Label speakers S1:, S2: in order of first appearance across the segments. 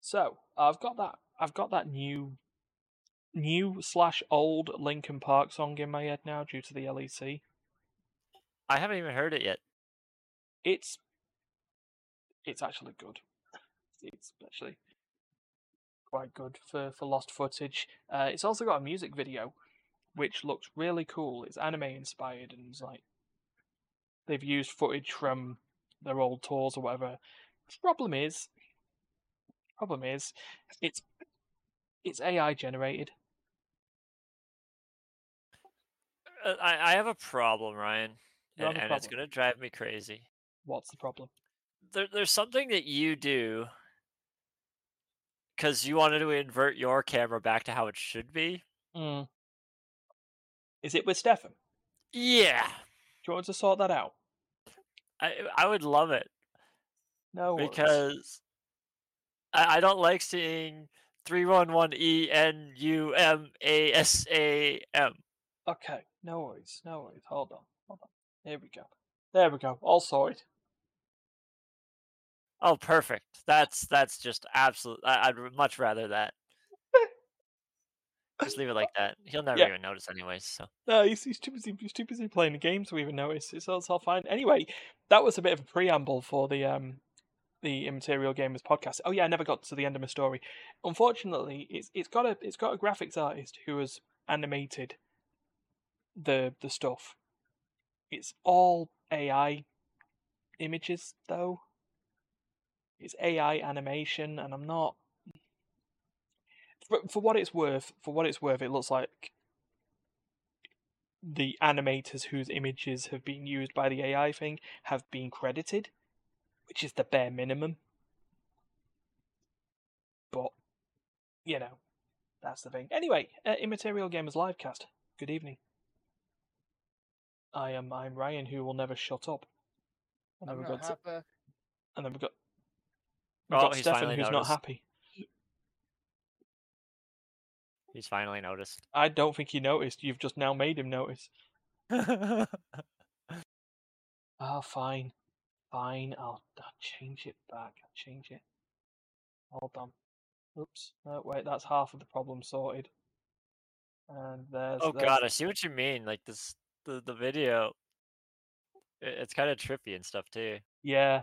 S1: So I've got that. I've got that new, new slash old Linkin Park song in my head now due to the E LEC.
S2: I haven't even heard it yet.
S1: It's, it's actually good. It's actually quite good for for lost footage. Uh, it's also got a music video, which looks really cool. It's anime inspired and it's like they've used footage from their old tours or whatever. Problem is, problem is, it's it's AI generated.
S2: Uh, I, I have a problem, Ryan,
S1: You have
S2: and,
S1: a
S2: and it's
S1: problem.
S2: going to drive me crazy.
S1: What's the problem?
S2: There, there's something that you do because you wanted to invert your camera back to how it should be.
S1: Mm. Is it with Stefan?
S2: Yeah,
S1: Do you want us to sort that out?
S2: I, I would love it
S1: No, worries.
S2: because I, I don't like seeing 311 E N U M A S A M.
S1: okay, no worries, no worries. Hold on, hold on. Here we go. There we go. All sorted.
S2: Oh, perfect. That's that's just absolute. I, I'd r- much rather that. Just leave it like that. He'll never
S1: Yeah.
S2: even notice, anyways. So
S1: No, he's, he's, too busy, he's too busy playing the game to even notice. It's all, it's all fine. Anyway, that was a bit of a preamble for the um the Immaterial Gamers podcast. Oh yeah, I never got to the end of my story. Unfortunately, it's it's got a it's got a graphics artist who has animated the the stuff. It's all AI images though. It's AI animation, and I'm not. For, for what it's worth, for what it's worth, it looks like the animators whose images have been used by the AI thing have been credited, which is the bare minimum. But, you know, that's the thing. Anyway, uh, Immaterial Gamers Livecast. Good evening. I am I'm Ryan, who will never shut up. And then
S3: I'm
S1: we've
S3: not
S1: got,
S3: happy.
S1: and then we've got,
S2: Oh,
S1: we've got
S2: he's
S1: Stefan,
S2: finally
S1: who's not
S2: noticed.
S1: happy.
S2: he's finally noticed.
S1: I don't think he noticed. You've just now made him notice. Ah, fine. Fine. I'll, I'll change it back. I'll change it. Hold on. Oops. No, wait, that's half of the problem sorted. And there's.
S2: oh
S1: there's-
S2: God, I see what you mean. Like this, the the video. i- It's kind of trippy and stuff too.
S1: Yeah.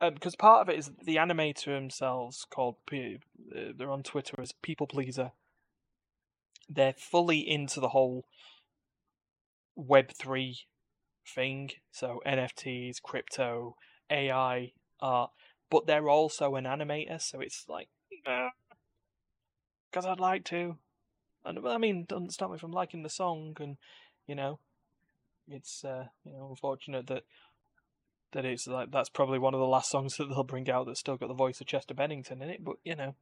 S1: Because part of it is the animator themselves, called. P- uh, they're on Twitter as People Pleaser. They're fully into the whole Web3 thing. So NFTs, crypto, AI, art. But they're also an animator, so it's like. because I'd like to. And well, I mean, doesn't stop me from liking the song, and you know, it's uh, you know unfortunate that that it's like that's probably one of the last songs that they'll bring out that's still got the voice of Chester Bennington in it. But you know,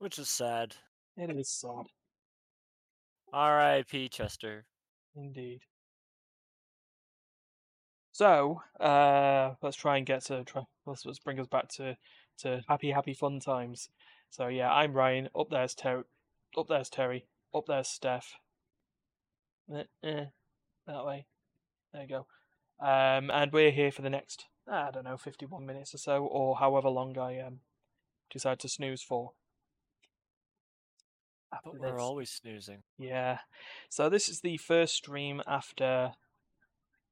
S2: Which is sad.
S1: it is sad
S2: R.I.P. Chester.
S1: indeed. So uh, let's try and get to try, let's let's bring us back to to happy happy fun times. So yeah, I'm Ryan. Up there's Terry. Up there's Terry. Up there's Steph. Eh, eh, that way. There you go. Um, and we're here for the next I don't know, fifty-one minutes or so, or however long I um decide to snooze for. After
S2: But we're
S1: this.
S2: always snoozing.
S1: Yeah. So this is the first stream after.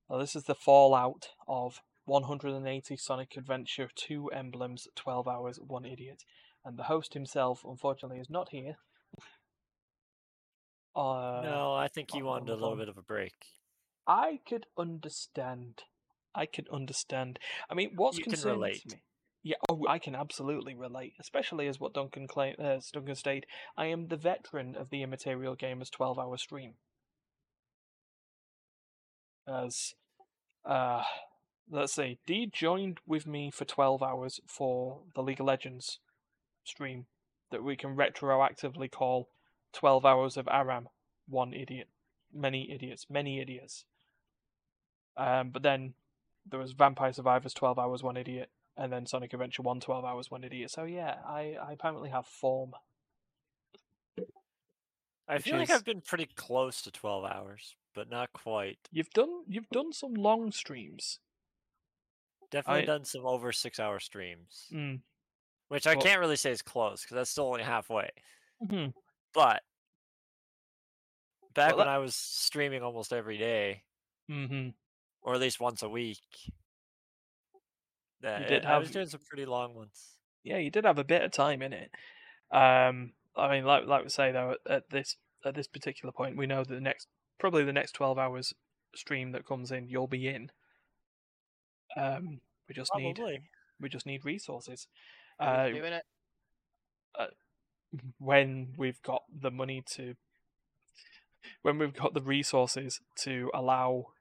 S1: Well, this is the fallout of 180 Sonic Adventure 2 Emblems, 12 Hours, One Idiot. And the host himself, unfortunately, is not here. Uh, uh-huh.
S2: no, I think you
S1: not on
S2: wanted a
S1: the
S2: little
S1: phone.
S2: bit of a break.
S1: I could understand. I could understand. I mean, what's
S2: You can
S1: concerning
S2: relate.
S1: to me? Yeah, oh, I can absolutely relate, especially as what Duncan claim, uh, as Duncan stated. I am the veteran of the Immaterial Gamers 12-hour stream. As, uh, let's see, Dee joined with me for 12 hours for the League of Legends stream that we can retroactively call 12 hours of Aram, one idiot, many idiots, many idiots. Um, but then there was Vampire Survivors 12 hours, one idiot, and then Sonic Adventure 1 12 hours, one idiot. So yeah, I, I apparently have form.
S2: I
S1: Which
S2: feel like
S1: is-
S2: I've been pretty close to 12 hours, but not quite.
S1: You've done you've done some long streams.
S2: Definitely
S1: I-
S2: done some over six hour streams.
S1: Mm.
S2: which I
S1: Well-
S2: can't really say is close because that's still only halfway.
S1: Mhm.
S2: But back
S1: Well,
S2: when
S1: that-
S2: I was streaming almost every day,
S1: Mhm.
S2: or at least once a week, that
S1: did
S2: I was
S1: have-
S2: doing some pretty long ones.
S1: Yeah, you did have a bit of time in it. Um, I mean, like like we say though, at, at this at this particular point, we know that the next probably the next twelve hours stream that comes in, you'll be in. Um, we just need
S2: Probably.
S1: we just need resources. Uh,
S3: Are we doing it?
S1: when we've got the money to when we've got the resources to allow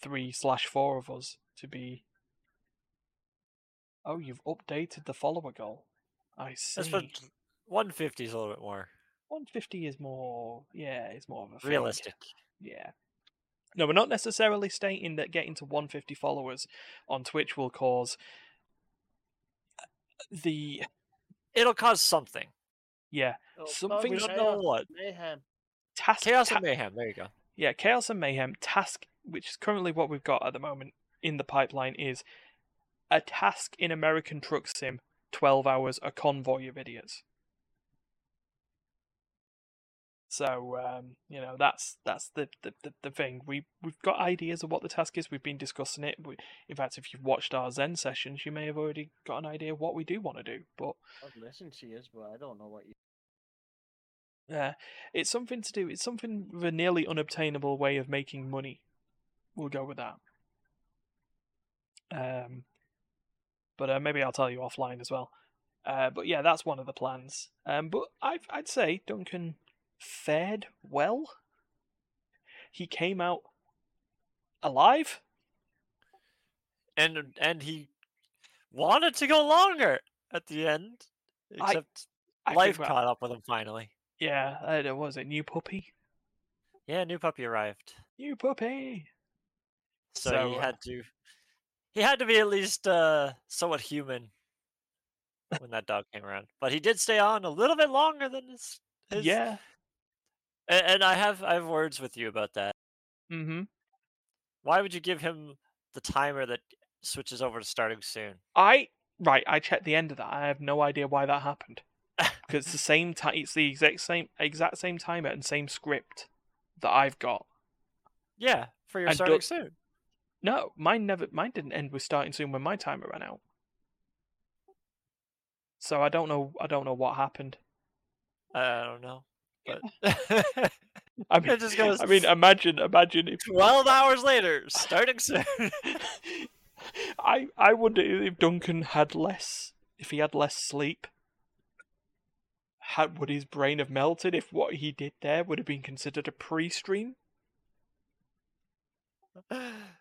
S1: three slash four of us to be oh you've updated the follower goal i see
S2: That's what 150 is a little bit more
S1: 150 is more yeah it's more of a thing.
S2: realistic.
S1: yeah no we're not necessarily stating that getting to 150 followers on twitch will cause uh, the
S2: It'll cause something.
S1: yeah
S3: Oh,
S1: Something
S2: We
S1: Things-
S2: don't know
S3: chaos,
S2: what.
S3: Mayhem.
S1: task
S2: Chaos
S1: ta-
S2: and mayhem. There you go.
S1: yeah, Chaos and Mayhem task, which is currently what we've got at the moment in the pipeline, is a task in American Truck Sim, 12 hours, a convoy of idiots. So um, you know that's that's the, the, the, the thing. We we've got ideas of what the task is. We've been discussing it. We, in fact, if you've watched our Zen sessions, you may have already got an idea of what we do want to do. But
S3: I've listened to you, but I don't know what you.
S1: Yeah, it's something to do. It's something with a nearly unobtainable way of making money. We'll go with that. Um, but uh, maybe I'll tell you offline as well. Uh, but yeah, that's one of the plans. Um, but I, I'd say Duncan fared well. He came out alive.
S2: And and he wanted to go longer at the end,
S1: I-
S2: except
S1: I think
S2: life
S1: that-
S2: caught up with him finally.
S1: Yeah, I don't know, what was it? New puppy.
S2: Yeah, new puppy arrived,
S1: New puppy.
S2: so, he
S1: So, uh,
S2: had to he had to be at least uh somewhat human when that dog came around. But he did stay on a little bit longer than his. his
S1: Yeah.
S2: a- and I have I have words with you about that.
S1: Mm-hmm.
S2: Why would you give him the timer that switches over to starting soon?
S1: I right, I checked the end of that. I have no idea why that happened. Because it's the same time, it's the exact same exact same timer and same script that I've got.
S2: Yeah, for your
S1: And
S2: starting
S1: don't-
S2: soon.
S1: No, mine never mine didn't end with starting soon when my timer ran out. So I don't know I don't know what happened.
S2: I don't know,
S1: Yeah.
S2: but
S1: I mean,
S2: It just goes-
S1: I mean imagine imagine if
S2: 12 hours later, starting soon.
S1: I I wonder if Duncan had less if he had less sleep. Had would his brain have melted if what he did there would have been considered a pre-stream?
S2: uh,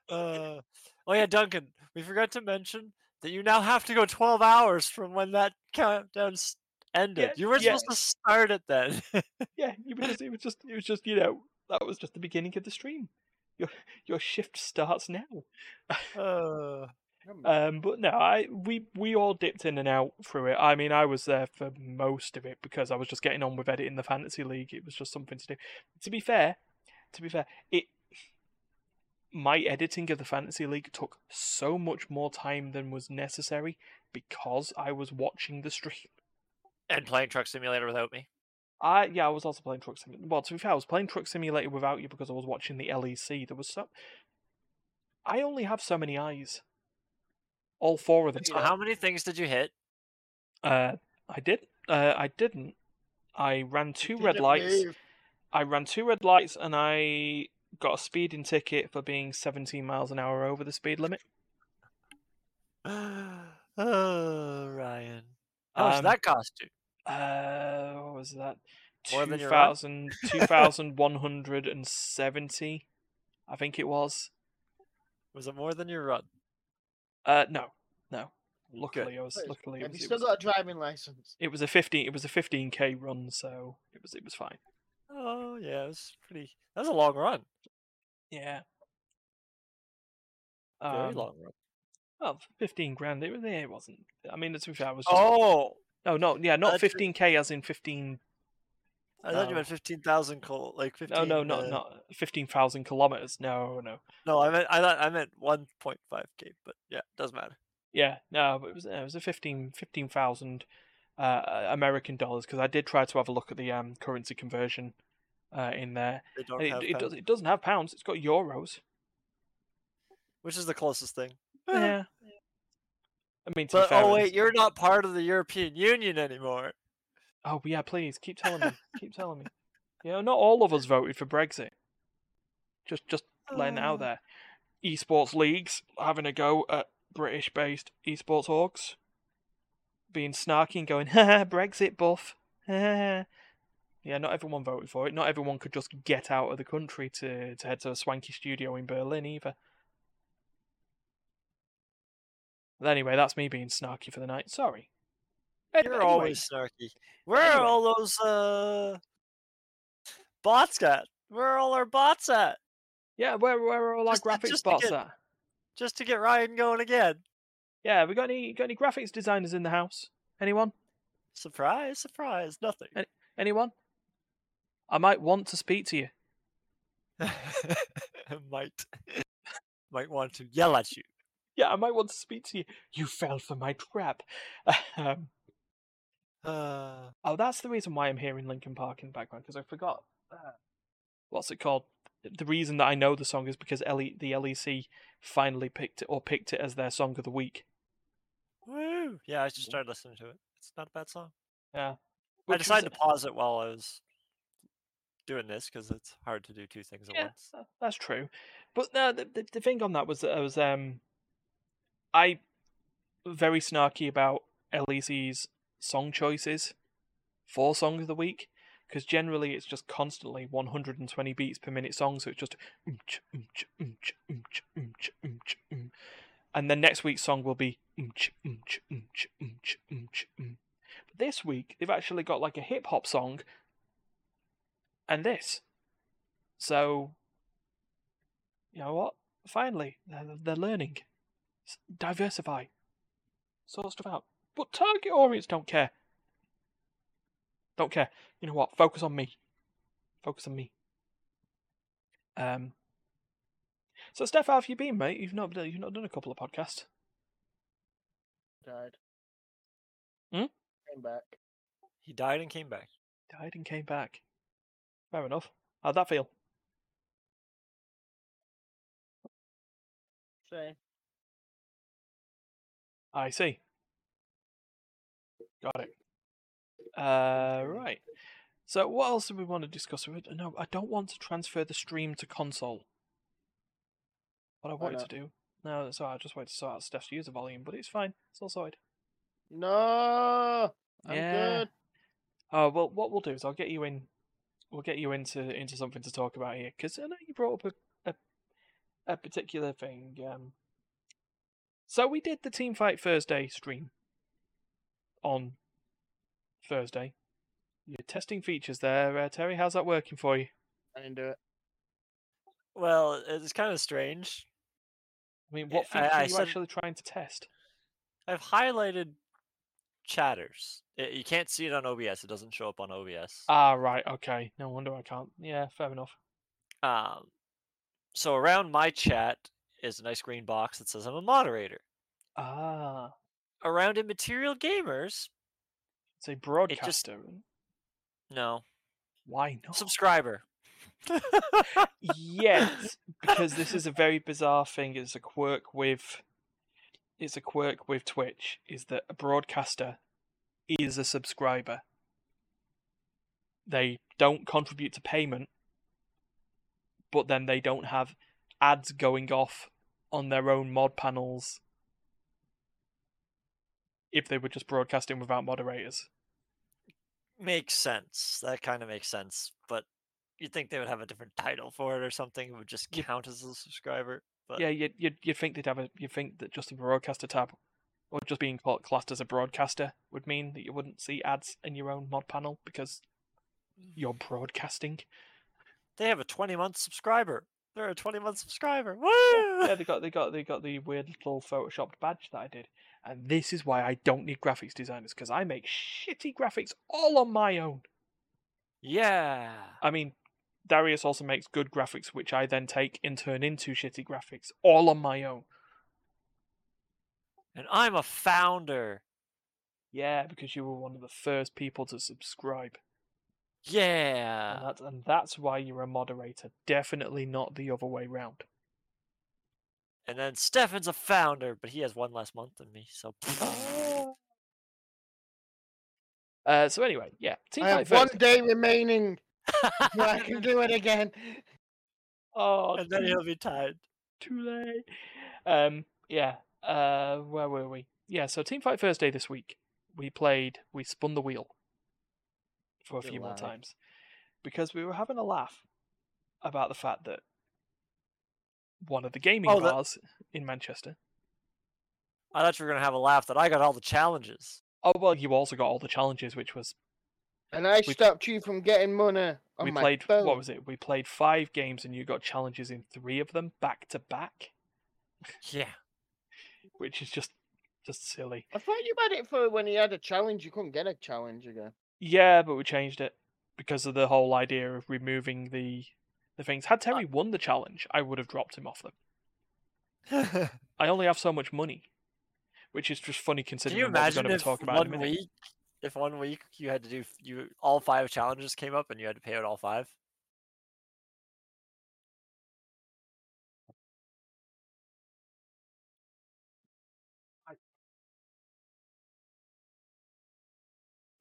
S2: oh, yeah, Duncan, we forgot to mention that you now have to go 12 hours from when that countdown s- ended.
S1: Yeah,
S2: you were
S1: yeah.
S2: supposed to start it then.
S1: Yeah, it was just it was just it was just you know that was just the beginning of the stream. Your your shift starts now.
S2: uh,
S3: You're mad.
S1: Um, but no, I we we all dipped in and out through it. I mean, I was there for most of it because I was just getting on with editing the fantasy league. It was just something to do. To be fair, to be fair, it my editing of the fantasy league took so much more time than was necessary because I was watching the stream.
S2: and playing Truck Simulator without me.
S1: I yeah, I was also playing Truck Simulator. Well, to be fair, I was playing Truck Simulator without you because I was watching the LEC. There was so I only have so many eyes. All four of them.
S2: So, how many things did you hit?
S1: Uh, I did. Uh, I didn't. I ran two red
S3: Didn't
S1: lights.
S3: move.
S1: I ran two red lights, and I got a speeding ticket for being 17 miles an hour over the speed limit.
S2: oh, Ryan. How much
S1: Um,
S2: did Oh, that cost you?
S1: Uh, what was that?
S2: More than your run?
S1: 2000, 2170, I think it was.
S2: Was it more than your run?
S1: Uh, no, no. Luckily, I was.
S3: Wait,
S1: Luckily, it
S3: Have you
S1: was, it
S3: still
S1: was,
S3: got a driving license?
S1: it was a 15. It was a 15k run, so it was. It was fine.
S2: Oh, yeah, it was pretty. That was a long run.
S1: Yeah.
S2: Very
S1: Um,
S2: long run.
S1: Well, fifteen grand. It, was- yeah, it wasn't. I mean, to be fair, I was. Just, oh.
S2: Oh,
S1: no, yeah, not
S2: that's a-
S1: fifteen k as in fifteen.
S2: I thought
S1: Um,
S2: you meant fifteen thousand col like fifteen.
S1: No, no, not
S2: uh,
S1: not fifteen thousand kilometers. No, no.
S2: No, I meant I thought I meant one point five k. But yeah, doesn't matter.
S1: Yeah, no, but it was it was a fifteen fifteen thousand uh, American dollars because I did try to have a look at the um, currency conversion uh, in there.
S2: They
S1: And
S2: don't have
S1: It, it,
S2: pounds,
S1: does, it doesn't have pounds. It's got euros.
S2: which is the closest thing. Eh,
S1: Yeah. I mean, to be
S2: But
S1: fair,
S2: oh
S1: it
S2: wait,
S1: is-
S2: you're not part of the European Union anymore.
S1: oh yeah, please keep telling me, keep telling me. You know, not all of us voted for Brexit. Just, just letting it out
S2: Uh.
S1: there. Esports leagues having a go at British-based esports orgs, being snarky and going, "Ha Brexit buff." yeah, not everyone voted for it. Not everyone could just get out of the country to to head to a swanky studio in Berlin either. But anyway, that's me being snarky for the night. Sorry. An-
S2: You're
S1: Eh, anyway,
S2: always snarky. Where are
S1: Anyway.
S2: all those uh bots at? Where are all our bots at?
S1: yeah. Where where are all our
S2: Just-
S1: graphics
S2: just to
S1: bots
S2: get-
S1: at?
S2: Just to get Ryan going again.
S1: Yeah, we got any got any graphics designers in the house? Anyone?
S2: Surprise, surprise, nothing.
S1: Anyone? I might want to speak to you. Eh.
S2: might might want to yell at you.
S1: Yeah, I might want to speak to you. You fell for my trap. Um,
S2: Uh,
S1: oh, that's the reason why I'm hearing Linkin Park in the background because I forgot. Uh, what's it called? The reason that I know the song is because LE- the LEC finally picked it or picked it as their song of the week.
S2: woo! Yeah, I just started listening to it. It's not a bad song. I
S1: which was-
S2: decided to pause it while I was doing this because it's hard to do two things at
S1: Yeah,
S2: once.
S1: tha- that's true. But no, the, the the thing on that was that I was um, I very snarky about LEC's song choices for song of the week because generally it's just constantly 120 beats per minute song, so it's just um "Oomch, oomch, oomch, oomch, oomch, oomch, oom." um and then next week's song will be um "Oomch, oomch, oomch, oomch, oomch, oom." um But this week they've actually got like a hip hop song and this. So, you know what? Finally, they're, they're learning. S- Diversify. Sort stuff out. But target audience don't care. Don't care. You know what? Focus on me. Focus on me. Um. So, Steph, how have you been, mate? You've not done- you've not done a couple of podcasts.
S3: Died.
S1: Hmm?
S3: Came back.
S2: He died and came back.
S1: Died and came back. Fair enough. How'd that feel?
S3: Same.
S1: I see. Got it.
S3: Mm-hmm.
S1: Uh, right. So, what else do we want to discuss? We- No, I don't want to transfer the stream to console. What I wanted
S3: not?
S1: to do. No, that's all right, I just wanted to sort out Steph's user volume, but it's fine. It's all sorted.
S3: No. I'm
S1: Yeah.
S3: good.
S1: Uh, well, what we'll do is I'll get you in. We'll get you into into something to talk about here because I know you brought up a a, a particular thing. Um, so we did the Team Fight Thursday stream on Thursday. You're testing features there, uh, Terry. How's that working for you?
S3: I didn't do it.
S2: Well, it's kind of strange.
S1: I mean, what
S2: Yeah, I-
S1: feature
S2: I
S1: are you
S2: said-
S1: actually trying to test?
S2: I've highlighted chatters. I- you can't see it on OBS. It doesn't show up on OBS.
S1: Ah, right. Okay. No wonder I can't. Yeah, fair enough.
S2: Um, so around my chat is a nice green box that says I'm a moderator.
S1: Ah,
S2: Around immaterial gamers,
S1: it's a broadcaster.
S2: no
S1: Why
S2: Oh.
S1: not?
S2: subscriber.
S1: Yes, because this is a very bizarre thing. It's a quirk with it's a quirk with Twitch is that a broadcaster is a subscriber. They don't contribute to payment, but then they don't have ads going off on their own mod panels if they were just broadcasting without moderators.
S2: makes sense. That kind of makes sense. But you'd think they would have a different title for it or something. It would just count as a subscriber. But
S1: Yeah, you'd, you'd, you'd think they'd have a you'd think that just a broadcaster tab, or just being cla- classed as a broadcaster, would mean that you wouldn't see ads in your own mod panel because you're broadcasting.
S2: they have a 20 month subscriber. They're a 20 month subscriber. Woo!
S1: yeah, they got they got they got the weird little photoshopped badge that I did, and this is why I don't need graphics designers because I make shitty graphics all on my own.
S2: yeah.
S1: I mean, Darius also makes good graphics, which I then take and turn into shitty graphics all on my own.
S2: and I'm a founder.
S1: Yeah, because you were one of the first people to subscribe.
S2: Yeah.
S1: and, that's, and that's why you're a moderator. Definitely not the other way round.
S2: And then Stefan's a founder, but he has one less month than me. So
S1: Oh, Ah. Uh, so anyway, yeah. Team
S3: I
S1: Fight
S3: have one
S1: First.
S3: day remaining where I can do it again.
S1: Oh,
S2: and then
S1: too-
S2: he'll be tied.
S1: too late. Um, yeah. Uh, where were we? Yeah. So Team Fight Thursday this week, we played. We spun the wheel for a few more
S3: Delight.
S1: times because we were having a laugh about the fact that one of the gaming
S2: Oh, that-
S1: bars in Manchester.
S2: I thought you were gonna have a laugh that I got all the challenges.
S1: Oh well, you also got all the challenges, which was
S3: And I
S1: We-
S3: stopped you from getting money on
S1: we
S3: Oh my
S1: played.
S3: phone.
S1: What was it? We played five games, and you got challenges in three of them back to back,
S2: Yeah.
S1: which is just just silly.
S3: I thought you had it for when he had a challenge. You couldn't get a challenge again.
S1: Yeah, but we changed it because of the whole idea of removing the the things. Had Terry won the challenge, I would have dropped him off them.
S2: Can
S1: I only have so much money, which is just funny considering
S2: you
S1: what we're
S2: imagine
S1: going to
S2: if
S1: talk about in a
S2: one
S1: minute.
S2: week, if one week you had to do f- you all five challenges came up and you had to pay out all five?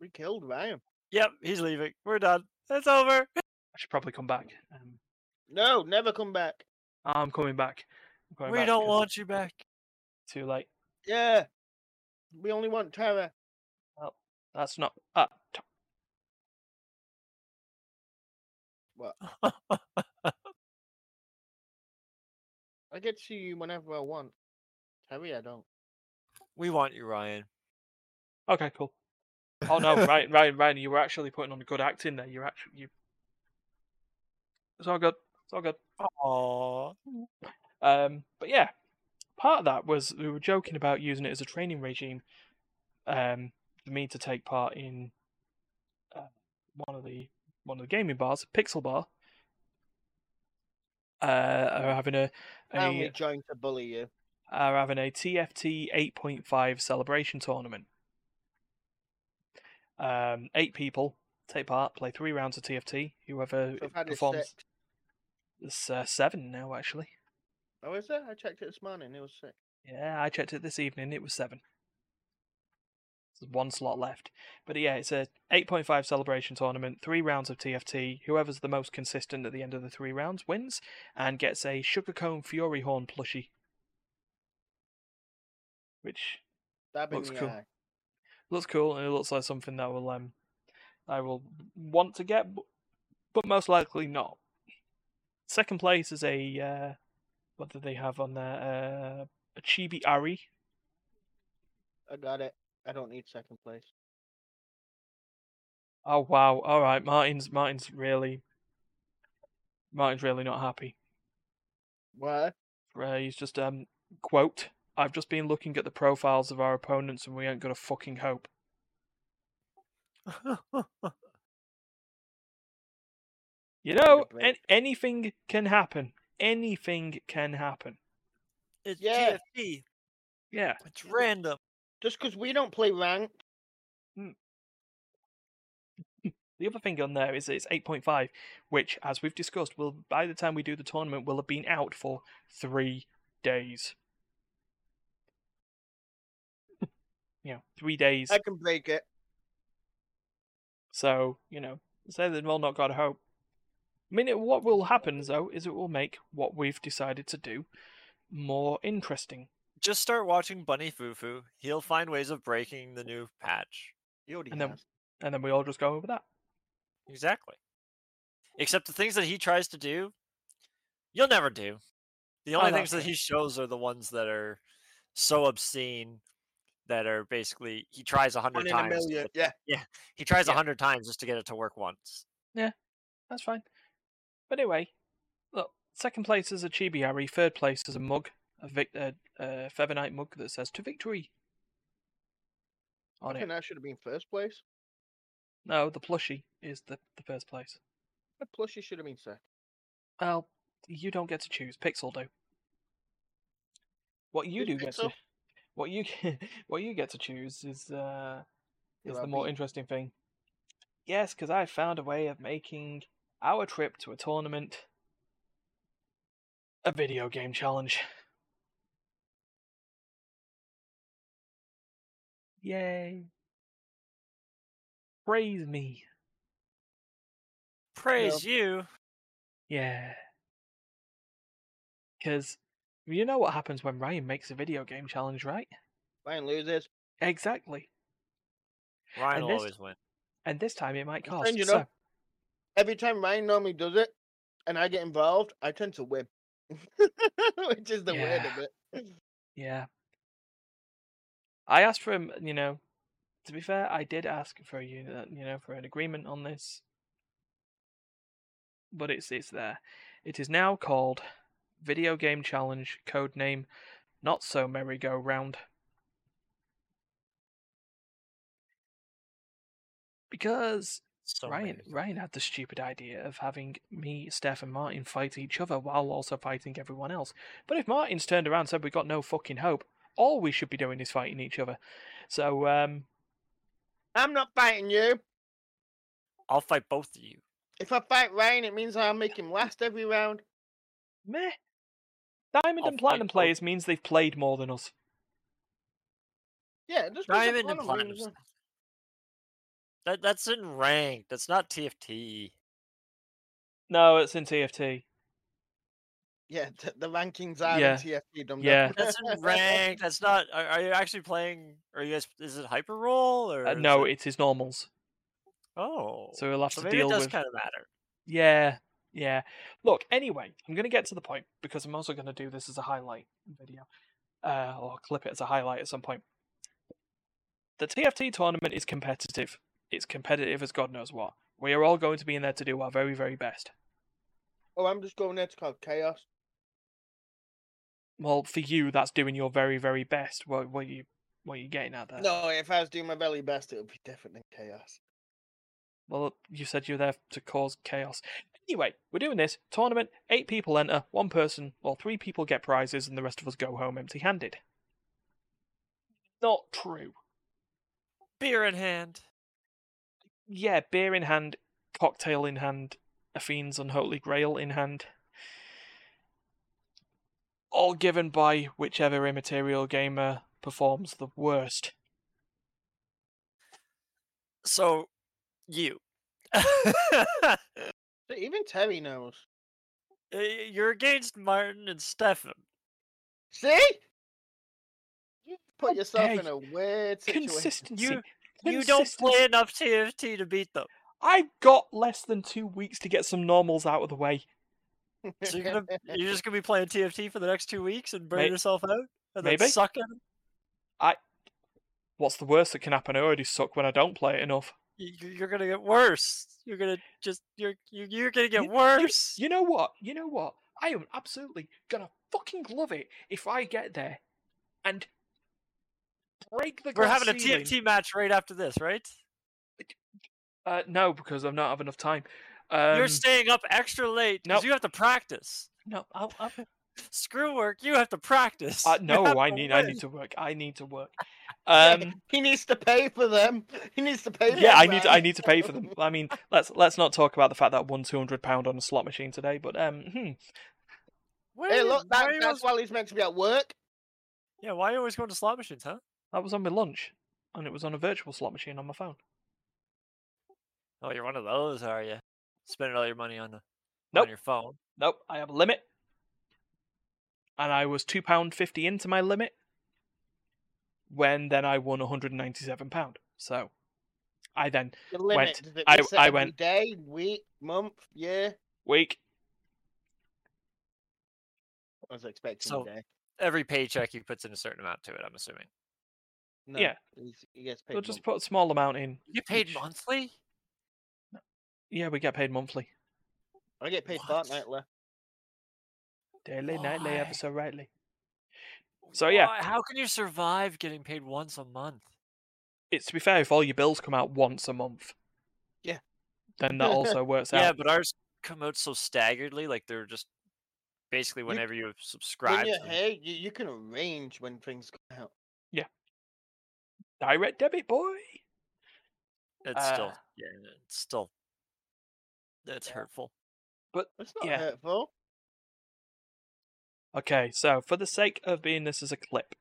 S3: We killed Ryan.
S2: Yep, he's leaving. We're done. It's over.
S1: I should probably come back. Um,
S3: No, never come back.
S1: I'm coming back. I'm coming
S2: We
S1: back
S2: don't
S1: because
S2: want you back.
S1: it's Too late.
S3: Yeah. We only want Tara.
S1: That's not. Uh, t-
S3: I get to see you whenever I want. Terry, I don't.
S2: We want you, Ryan.
S1: okay, cool. Oh no, Ryan, Ryan, Ryan, you were actually putting on good acting there. You're actually you. It's all good. It's all good.
S2: Aww.
S1: Um, but yeah, part of that was we were joking about using it as a training regime um, for me to take part in uh, one of the one of the gaming bars, Pixel Bar. Uh, are having a,
S3: I only
S1: a
S3: joined to bully you.
S1: are having a TFT 8.5 celebration tournament. Um, eight people take part, play three rounds of TFT. Whoever
S3: So I've had it
S1: performs,
S3: six.
S1: it's uh, seven now actually.
S3: Oh, is it? I checked it this morning. It was six.
S1: Yeah, I checked it this evening. It was seven. There's one slot left. But yeah, it's a 8.5 celebration tournament, three rounds of TFT. Whoever's the most consistent at the end of the three rounds wins and gets a Sugarcone Fury Horn plushie. Which
S3: Dab in
S1: Looks
S3: the
S1: cool.
S3: eye.
S1: looks cool and it looks like something that will um I will want to get, bu- but most likely not. Second place is a uh, what do they have on there? Uh, a Chibi Ari,
S3: I got it. I don't need second place.
S1: Oh wow! All right, Martin's Martin's really Martin's really not happy.
S3: Why?
S1: Uh, he's just um quote. I've just been looking at the profiles of our opponents, and we ain't gonna fucking hope. You
S3: Give it a
S1: know, an-
S3: break.
S1: anything can happen. Anything can happen.
S2: it's
S3: Yeah.
S2: TFT.
S1: Yeah,
S2: It's random.
S3: Just because we don't play ranked.
S1: The other thing on there is it's 8.5, which, as we've discussed, will by the time we do the tournament, will have been out for three days. you know, three days.
S3: I can break it.
S1: So you know, say that we'll not got hope. I mean, it, what will happen though is it will make what we've decided to do more interesting.
S2: Just start watching Bunny Fufu. He'll find ways of breaking the new patch.
S3: You already
S1: And then-
S3: have.
S1: And then we all just go over that.
S2: Exactly. Except the things that he tries to do, you'll never do. The only
S1: no,
S2: things that
S1: true.
S2: he shows are the ones that are so obscene that are basically he tries a
S3: One
S2: hundred
S3: in a
S2: times. to
S3: million.
S2: get-
S3: Yeah.
S2: He tries a
S1: Yeah.
S2: hundred times just to get it to work once.
S1: That's fine. But anyway, look, second place is a chibi Ari, third place is a mug, a, Vic, a, a feather knight mug that says "To Victory"
S3: I
S1: on
S3: think
S1: it.
S3: that should have been first place.
S1: No, the plushie is the the first place.
S3: But plus, you should have been second.
S1: Well, you don't get to choose. Pixel do. What you
S3: Did
S1: do get to.
S3: Pixel-
S1: What you what you get to choose is uh,
S3: Who
S1: is
S3: I
S1: the more
S3: beat.
S1: interesting thing. Yes, because I found a way of making our trip to a tournament a video game challenge. Yay! Praise me.
S2: Praise you.
S1: Yeah. Because you know what happens when Ryan makes a video game challenge, right?
S3: Ryan loses.
S1: Exactly.
S2: Ryan will
S1: this-
S2: always win.
S1: And this time it might
S3: My
S1: cost.
S3: friend, you
S1: so-
S3: know- Every time Ryan normally does it, and I get involved, I tend to win, which is the weird
S1: Yeah.
S3: of it.
S1: yeah. I asked for him, you know. To be fair, I did ask for you, uh, you know, for an agreement on this. But it's it's there. It is now called Video Game Challenge, code name Not So Merry Go Round. Because
S2: So
S1: Ryan
S2: many.
S1: Ryan had the stupid idea of having me, Steph, and Martin fight each other while also fighting everyone else. But if Martin's turned around and said we got no fucking hope, all we should be doing is fighting each other. So um,
S3: I'm not fighting you.
S2: I'll fight both of you.
S3: If I fight Ryan, it means I'll make him last every round.
S1: meh. Diamond
S2: I'll
S1: and
S2: fight
S1: platinum
S2: both.
S1: players means they've played more than us.
S3: Yeah, just put some
S2: Diamond and
S3: fun on it
S2: platinum.
S3: as well.
S2: stuff. That that's in rank. That's not TFT.
S1: No, it's in TFT.
S3: Yeah, th- the rankings are
S1: Yeah.
S3: in TFT. Dum
S1: Yeah.
S2: That's in rank. That's not. Are, are you actually playing? Are you guys? Is it hyper roll or?
S1: Uh,
S2: is
S1: no,
S2: It,
S1: it is normals.
S2: oh.
S1: So we'll have
S2: so
S1: to
S2: maybe
S1: deal
S2: it does
S1: with.
S2: kind of matter.
S1: Yeah, yeah. Look, anyway, I'm going to get to the point because I'm also going to do this as a highlight video uh, or clip it as a highlight at some point. The TFT tournament is competitive. It's competitive as God knows what. We are all going to be in there to do our very, very best.
S3: oh, I'm just going there to cause chaos.
S1: Well, for you, that's doing your very, very best. What, what you, what you getting
S2: Uh.
S1: at there?
S3: No, if I was doing my very best, it would be different than chaos.
S1: Well, you said you were there to cause chaos. Anyway, we're doing this tournament. Eight people enter, one person, or three people get prizes, and the rest of us go home empty handed. Not true.
S2: Beer in hand.
S1: Yeah, beer in hand, cocktail in hand, a fiend's unholy grail in hand. All given by whichever immaterial gamer performs the worst.
S2: So, you.
S3: But even Terry knows.
S2: You're against Martin and Stefan.
S3: See? You put yourself
S1: dare
S3: in a weird situation.
S1: Consistency.
S2: You- You don't play enough TFT to beat them.
S1: I've got less than two weeks to get some normals out of the way.
S2: So you're gonna you're just gonna be playing TFT for the next two weeks and burn
S1: Eh. May-
S2: yourself out and
S1: maybe.
S2: then suck at 'em?
S1: what's the worst that can happen? I already suck when I don't play it enough.
S2: Y- y- You're gonna get worse. You're gonna just you're you're, you're gonna get
S1: You-
S2: worse.
S1: You know what? You know what? I am absolutely gonna fucking love it if I get there and break the
S2: We're
S1: glass
S2: having a
S1: ceiling.
S2: TFT match right after this, right?
S1: Uh, no, because I'm not have enough time. Um,
S2: you're staying up extra late because
S1: nope.
S2: you have to practice.
S1: no, I, I,
S2: Screw work. You have to practice.
S1: I,
S2: You
S1: uh, no,
S2: have
S1: I
S2: to
S1: need, I
S2: win.
S1: need to work. I need to work.
S3: Yeah,
S1: Um,
S3: he needs to pay for them. He needs to pay. For
S1: yeah,
S3: them,
S1: I need, to, I
S3: Ryan.
S1: need to pay for them. I mean, let's let's not talk about the fact that I won two hundred pound on a slot machine today. But um, hmm,
S2: Why are
S3: Hey,
S2: you-
S3: look,
S2: why
S3: that,
S2: are you
S3: that's
S2: always-
S3: while he's meant to be at work.
S2: yeah. Why are you always going to slot machines, huh?
S1: that was on my lunch, and it was on a virtual slot machine on my phone.
S2: Oh, you're one of those, are you? Spending all your money on the
S1: Nope.
S2: on your phone.
S1: Nope, I have a limit. And I was two pound fifty into my limit. When then I won one hundred and ninety-seven pound. So, I then
S3: The limit. Does it
S1: I-
S3: reset
S1: I
S3: every
S1: went-
S3: Day, week, month, year.
S1: week.
S3: I was expecting
S2: So-
S3: a day.
S2: Every paycheck he puts in a certain amount to it. I'm assuming.
S3: No,
S1: yeah.
S3: he's- he gets paid.
S1: We'll just
S3: month.
S1: put a small amount in.
S2: You get paid
S1: Each-
S2: monthly.
S1: Yeah, we get paid monthly,
S3: I get paid
S2: What?
S3: fortnightly.
S1: daily, nightly,
S2: Why?
S1: ever so rightly. So, yeah.
S2: Why- How can you survive getting paid once a month?
S1: It's to be fair, if all your bills come out once a month,
S3: Yeah.
S1: then that also works
S2: Yeah,
S1: out.
S2: but ours come out so staggeredly, like they're just basically
S3: You-
S2: whenever you,
S3: In
S2: subscribe.
S3: your
S2: to them.
S3: head, you, you can arrange when things come out.
S1: Direct debit, boy.
S2: It's still
S1: Uh,
S2: yeah, it's still that's
S1: yeah.
S2: hurtful.
S3: It's not
S1: Yeah.
S3: hurtful.
S1: Okay, so for the sake of being this as a clip,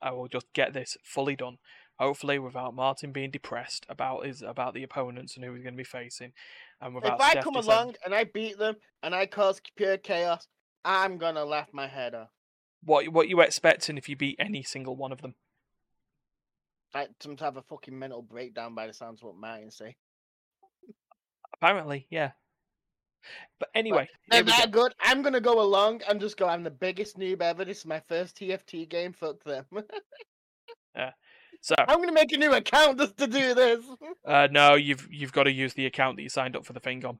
S1: I will just get this fully done. Hopefully, without Martin being depressed about his about the opponents and who he's going to be facing, and without
S3: If I
S1: Steph
S3: come
S1: deciding-
S3: along and I beat them and I cause pure chaos, I'm gonna laugh my head off.
S1: what what you expecting if you beat any single one of them?
S3: Like some type of fucking mental breakdown by the sounds of what Martin say.
S1: Apparently, yeah. But anyway,
S3: They're
S1: here we go.
S3: that good. I'm gonna go along and just go. I'm the biggest noob ever. This is my first TFT game. Fuck them.
S1: so
S3: I'm gonna make a new account just to do this.
S1: uh, no, you've you've got to use the account that you signed up for the thing on.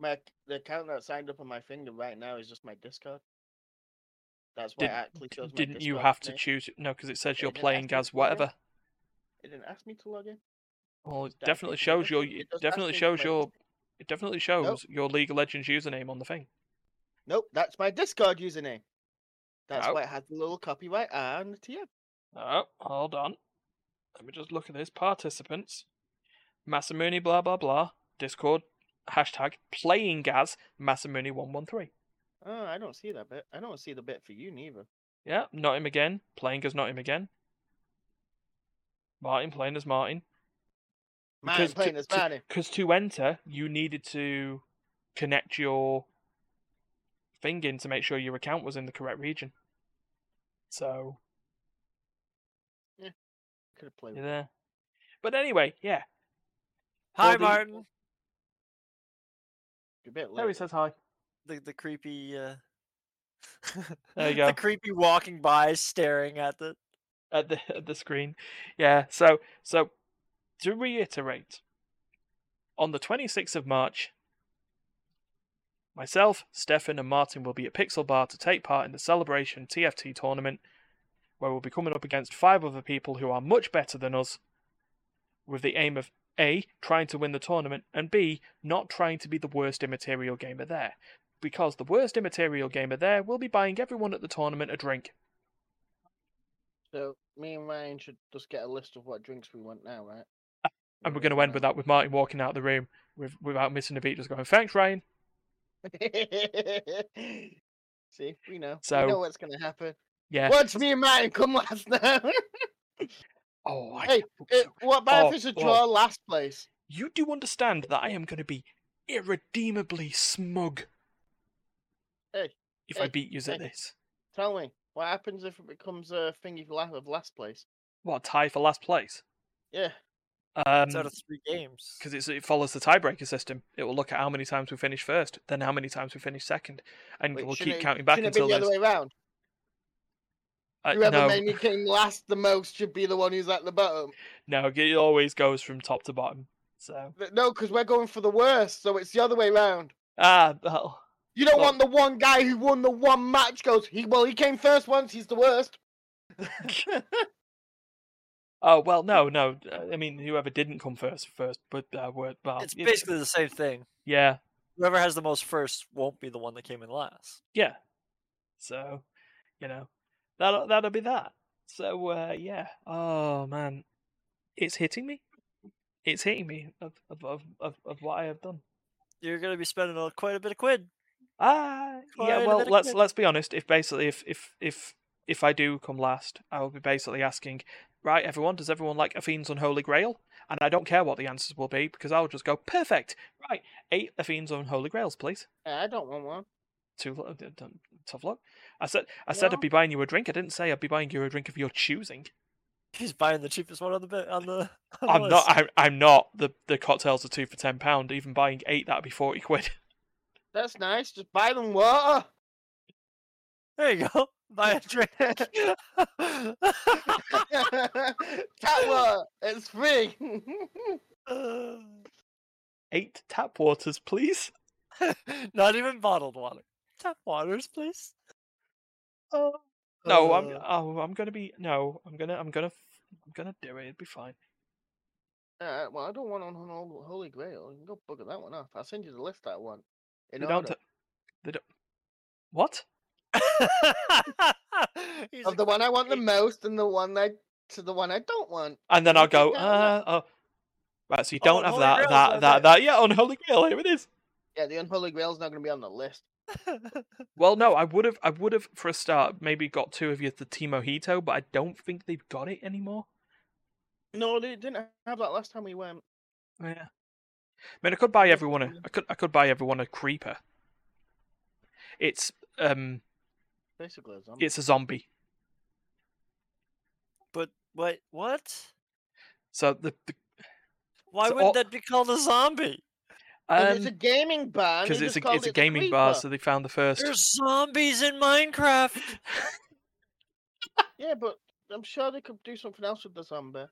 S3: my ac- the account that signed up on my finger right now is just my Discord. That's why
S1: Did-
S3: I actually chose my
S1: Didn't you
S3: Discord
S1: have to
S3: name.
S1: choose? No, because it says
S3: Yeah,
S1: you're
S3: it didn't
S1: playing
S3: ask me
S1: as
S3: to log in.
S1: whatever.
S3: It didn't ask me to log in.
S1: Well, it
S3: Oh, That
S1: definitely
S3: is my
S1: shows your.
S3: Discord. It
S1: It
S3: does ask
S1: definitely
S3: me to
S1: shows
S3: play
S1: your. It definitely shows your League of Legends username on the thing.
S3: Nope, that's my Discord username. That's
S1: Oh.
S3: why it has the little copyright R and the TM.
S1: Oh, hold on. Let me just look at this. Participants. Masamune blah blah blah. Discord. Hashtag playing as Masamune113.
S3: Oh, I don't see that bit. I don't see the bit for you neither.
S1: Yeah, not him again. Playing as not him again. Martin playing as Martin.
S3: Mine
S1: to-
S3: playing as
S1: to-
S3: Martin.
S1: Because to enter, you needed to connect your thing in to make sure your account was in the correct region. So,
S3: Could have played.
S1: you're
S3: with
S1: there. But anyway, yeah.
S2: Hi
S1: the-
S2: Martin.
S3: you a bit
S1: There he
S3: later.
S1: says hi.
S2: The the creepy uh
S1: There you go.
S2: The creepy walking by staring at the
S1: at the at the screen. Yeah. So so to reiterate, on the 26th of March, myself, Stefan, and Martin will be at Pixel Bar to take part in the Celebration TFT tournament, where we'll be coming up against five other people who are much better than us, with the aim of a trying to win the tournament and b not trying to be the worst immaterial gamer there. Because the worst immaterial gamer there will be buying everyone at the tournament a drink.
S3: So me and Ryan should just get a list of what drinks we want now, right?
S1: Ah, And we're going to end with that with Martin walking out of the room with, without missing a beat, just going, thanks, Ryan.
S3: that. see, we know.
S1: So-
S3: we know what's gonna happen.
S1: Yeah.
S3: Watch me and Martin come last now.
S1: Oh, I
S3: hey, it, what about
S1: Oh,
S3: if it's a
S1: oh.
S3: draw last place?
S1: you do understand that I am going to be irredeemably smug
S3: Hey,
S1: if I
S3: hey,
S1: beat you at
S3: hey.
S1: this.
S3: Tell me, what happens if it becomes a thingy of la- of last place?
S1: What, tie for last place?
S3: Yeah.
S1: Um,
S2: it's out of three games.
S1: because it's, it follows the tiebreaker system. It will look at how many times we finish first, then how many times we finish second, and
S3: Wait,
S1: we'll
S3: shouldn't
S1: keep
S3: it-
S1: counting back
S3: shouldn't
S1: until
S3: it be the
S1: there's.
S3: other way around.
S1: uh,
S3: Whoever
S1: no,
S3: mainly came last the most should be the one who's at the bottom.
S1: no, it always goes from top to bottom. So
S3: Th- No, because we're going for the worst, so it's the other way round.
S1: ah, well,
S3: You don't
S1: Well-
S3: want the one guy who won the one match goes. He well, he came first once. He's the worst.
S1: oh well, no, no. uh, I mean, whoever didn't come first, first, but uh, were well,
S2: it's
S1: you-
S2: basically the same thing.
S1: yeah,
S2: Whoever has the most first won't be the one that came in last.
S1: yeah. So, you know, that'll that'll be that. So uh, yeah. Oh man, it's hitting me. It's hitting me of of of, of, of what I have done.
S2: You're gonna be spending a, quite a bit of quid.
S1: Ah,
S2: Quite
S1: yeah.
S2: a
S1: Well,
S2: bit of
S1: let's
S2: quid.
S1: let's be honest. If basically, if if if if I do come last, I will be basically asking, right, everyone, does everyone like Athene's Unholy Grail? And I don't care what the answers will be because I'll just go perfect. Right, eight Athene's Unholy Grails, please.
S3: Eh, I don't want one.
S1: Too lo- d- d- tough luck. I said I said I'd
S3: No.
S1: be buying you a drink. I didn't say I'd be buying you a drink of your choosing.
S2: He's buying the cheapest one on the bit on the. On the
S1: I'm not.
S2: list.
S1: I'm, I'm not. The the cocktails are two for ten pound. Even buying eight, that'd be forty quid.
S3: That's nice. Just buy them water.
S2: There you go. Buy a drink. Uh,
S3: Tap water. It's free.
S1: Eight tap waters, please.
S2: Not even bottled water. Tap waters, please.
S1: Oh. No, I'm.
S2: Uh,
S1: Oh, I'm gonna be. No, I'm gonna. I'm gonna. f- I'm gonna do it. It'd be fine.
S3: Uh, well, I don't want on Hol- Holy Grail. You can go bugger that one off. I'll send you the list that I want. In
S1: They don't
S3: order.
S1: t- they don't. What?
S2: He's
S3: Of
S2: a
S3: the one I want the
S2: great-
S3: most and the one I to the one I don't want.
S1: And then I'll
S3: What's your
S1: go, uh,
S3: dialogue?
S1: oh. Right, so you
S2: Oh,
S1: don't have
S2: Unholy
S1: that,
S2: Grail's
S1: that,
S2: not
S1: that,
S2: there.
S1: that. Yeah, Unholy Grail, here it is.
S3: Yeah, the Unholy Grail's not going to be on the list.
S1: Well, no, I would have, I would have, for a start, maybe got two of you the Timo Hito, but I don't think they've got it anymore.
S3: No, they didn't have that last time we went.
S1: Oh, Yeah. I mean, I could buy
S3: Yes,
S1: everyone a,
S3: yeah.
S1: I could, I could buy everyone a creeper. It's, um,
S3: Basically, a zombie.
S1: it's a zombie.
S2: But wait, what?
S1: So the, the
S2: Why
S1: So
S2: would
S1: all-
S2: not that be called a zombie?
S3: 'Cause it's a
S1: um,
S3: gaming bar. and
S1: because
S3: they
S1: it's a,
S3: just called
S1: it's a
S3: it the
S1: gaming bar,
S3: Creeper.
S1: so they found the first.
S2: There's zombies in Minecraft.
S3: Yeah, but I'm sure they could do something else with the zombie.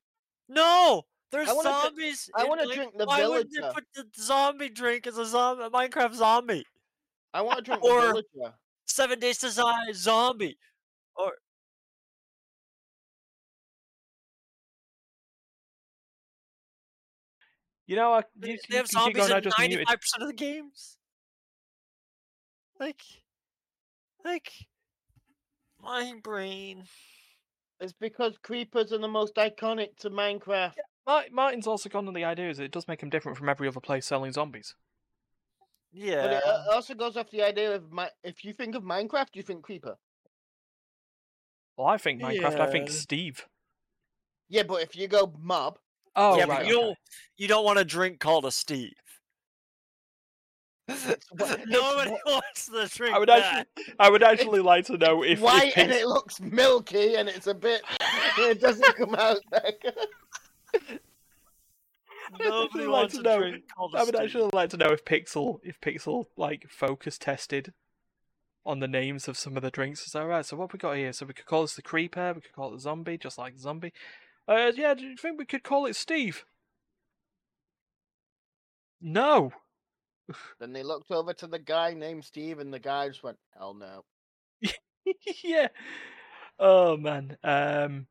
S2: No, there's
S3: I wanna dri-
S2: zombies.
S3: I
S2: in
S3: want to
S2: Mine-
S3: drink the
S2: Why would they
S3: villager.
S2: put the zombie drink as a zombie, a Minecraft zombie?
S3: I want to drink
S2: or-
S3: the villager.
S2: Seven Days to Die zombie.
S1: You know, I, you,
S2: They
S1: you
S2: they have
S1: can keep
S2: zombies
S1: going, I
S2: in
S1: just muted.
S2: ninety-five percent of the games. Like, like, my brain.
S3: It's because creepers are the most iconic to Minecraft.
S1: Mar- Martin's also gone on the idea is it does make him different from every other place selling zombies.
S3: But
S2: Yeah.
S3: it uh, also goes off the idea of my, if you think of Minecraft, you think creeper.
S1: Well, I think Minecraft. I think
S2: Yeah.
S1: Steve.
S3: Yeah, but if you go mob,
S1: Oh,
S2: yeah,
S1: right.
S2: but you
S1: okay.
S2: don't you don't want a drink called a Steve.
S3: wha- it's
S2: Nobody
S3: wha-
S2: wants the drink.
S1: I would
S2: that.
S1: actually, I would actually like to know if,
S3: white
S1: if
S3: and
S1: pigs-
S3: it looks milky and it's a bit, it doesn't come out like.
S1: I'd
S2: Nobody
S1: actually like
S2: wants
S1: to
S2: a
S1: know-
S2: drink called a
S1: I would
S2: Steve.
S1: actually like to know if Pixel, if Pixel, like focus tested on the names of some of the drinks. So, all right. So what we got here? So we could call this the creeper. We could call it the zombie, just like zombie. Uh, yeah. Do you think we could call it Steve? No.
S3: Then they looked over to the guy named Steve and the guy just went, hell no.
S1: yeah. Oh man. Um.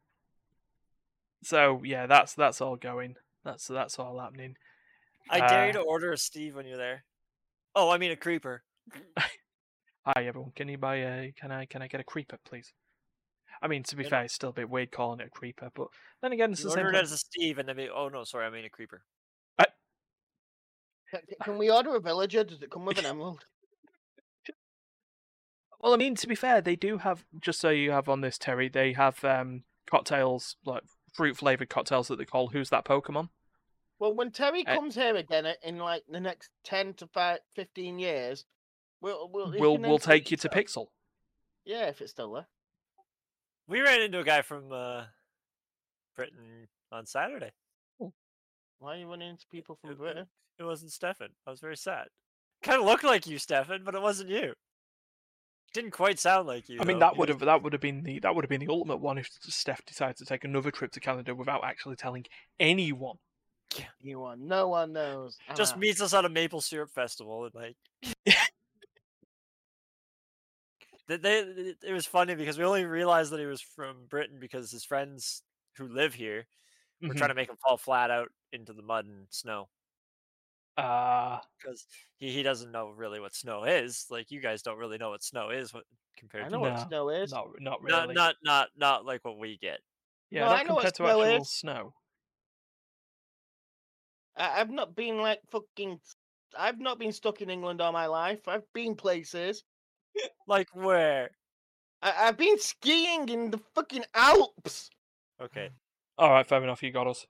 S1: So yeah, that's that's all going. That's that's all happening.
S2: I dare you
S1: Uh,
S2: to order a Steve when you're there. Oh, I mean a creeper.
S1: Hi everyone. Can you buy a? Can I can I get a creeper, please? I mean, to be
S3: Yeah.
S1: fair, it's still a bit weird calling it a creeper, but then again, it's
S2: You
S1: the same.
S2: order it
S1: thing.
S2: as a Steve, and then be oh no, sorry, I mean a creeper.
S3: "Ca- ca- Can we order a villager? Does it come with an emerald?
S1: Well, I mean, to be fair, they do have. Just so you have on this, Terry, they have um cocktails like fruit flavored cocktails that they call "Who's That Pokemon."
S3: Well, when Terry
S1: Uh,
S3: comes here again i- in like the next 10 to fi- 15 years, we'll, we'll, he
S1: We'll
S3: can
S1: we'll
S3: introduce
S1: take you to
S3: himself.
S1: Pixel.
S3: Yeah, if it's still there.
S2: We ran into a guy from uh, Britain on Saturday.
S3: Why are you running into people
S2: Uh,
S3: from
S2: uh,
S3: Britain?
S2: It wasn't Stefan. I was very sad. Kind of looked like you, Stefan, but it wasn't you. Didn't quite sound like you.
S1: I mean
S2: though.
S1: that would have that would have been the that would have been the ultimate one if Steph decided to take another trip to Canada without actually telling anyone.
S3: Anyone? No one knows. Ah, I'm
S2: just
S3: out.
S2: meets us at a maple syrup festival and like Th- they, th- it was funny because we only realized that he was from britain because his friends who live here were
S3: Mm-hmm.
S2: trying to make him fall flat out into the mud and snow
S1: Uh,
S2: because he, he doesn't know really what snow is like you guys don't really know what snow is what, compared
S3: I
S2: to
S3: know
S1: No,
S3: what snow is.
S1: not not really.
S2: not, not not not like what we get
S1: yeah,
S3: no,
S1: not
S3: I know
S1: compared
S3: what
S1: to
S3: snow
S1: actual
S3: is.
S1: snow.
S3: I- I've not been like fucking. I've not been stuck in England all my life. I've been places.
S2: like where
S3: I- I've been skiing in the fucking Alps.
S2: okay
S1: All right, fair enough. You got us.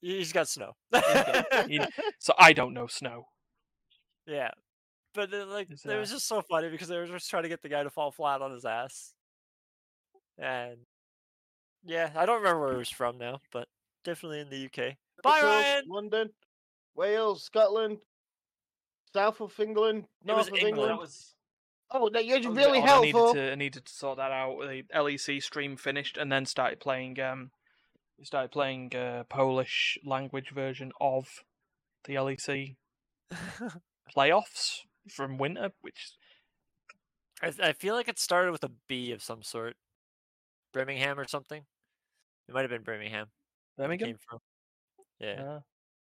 S2: he- he's got snow
S1: You- so I don't know snow.
S2: Yeah. But then, like,
S1: It's, uh
S2: it was just so funny because they were just trying to get the guy to fall flat on his ass. And yeah, I don't remember where he was from now, but definitely in the UK. Bye,
S3: Liverpool,
S2: Ryan.
S3: London, Wales, Scotland, south of England, north
S2: was
S3: of
S2: England,
S3: England.
S2: that
S1: was
S3: Oh, that you're really helpful.
S1: I needed, to, I needed to sort that out. The LEC stream finished, and then started playing. Um, we started playing uh, Polish language version of the LEC playoffs from winter, which
S2: I, th- I feel like it started with a B of some sort. Birmingham or something. It might have been Birmingham. it
S1: Birmingham.
S2: Came from. Yeah.
S1: Uh,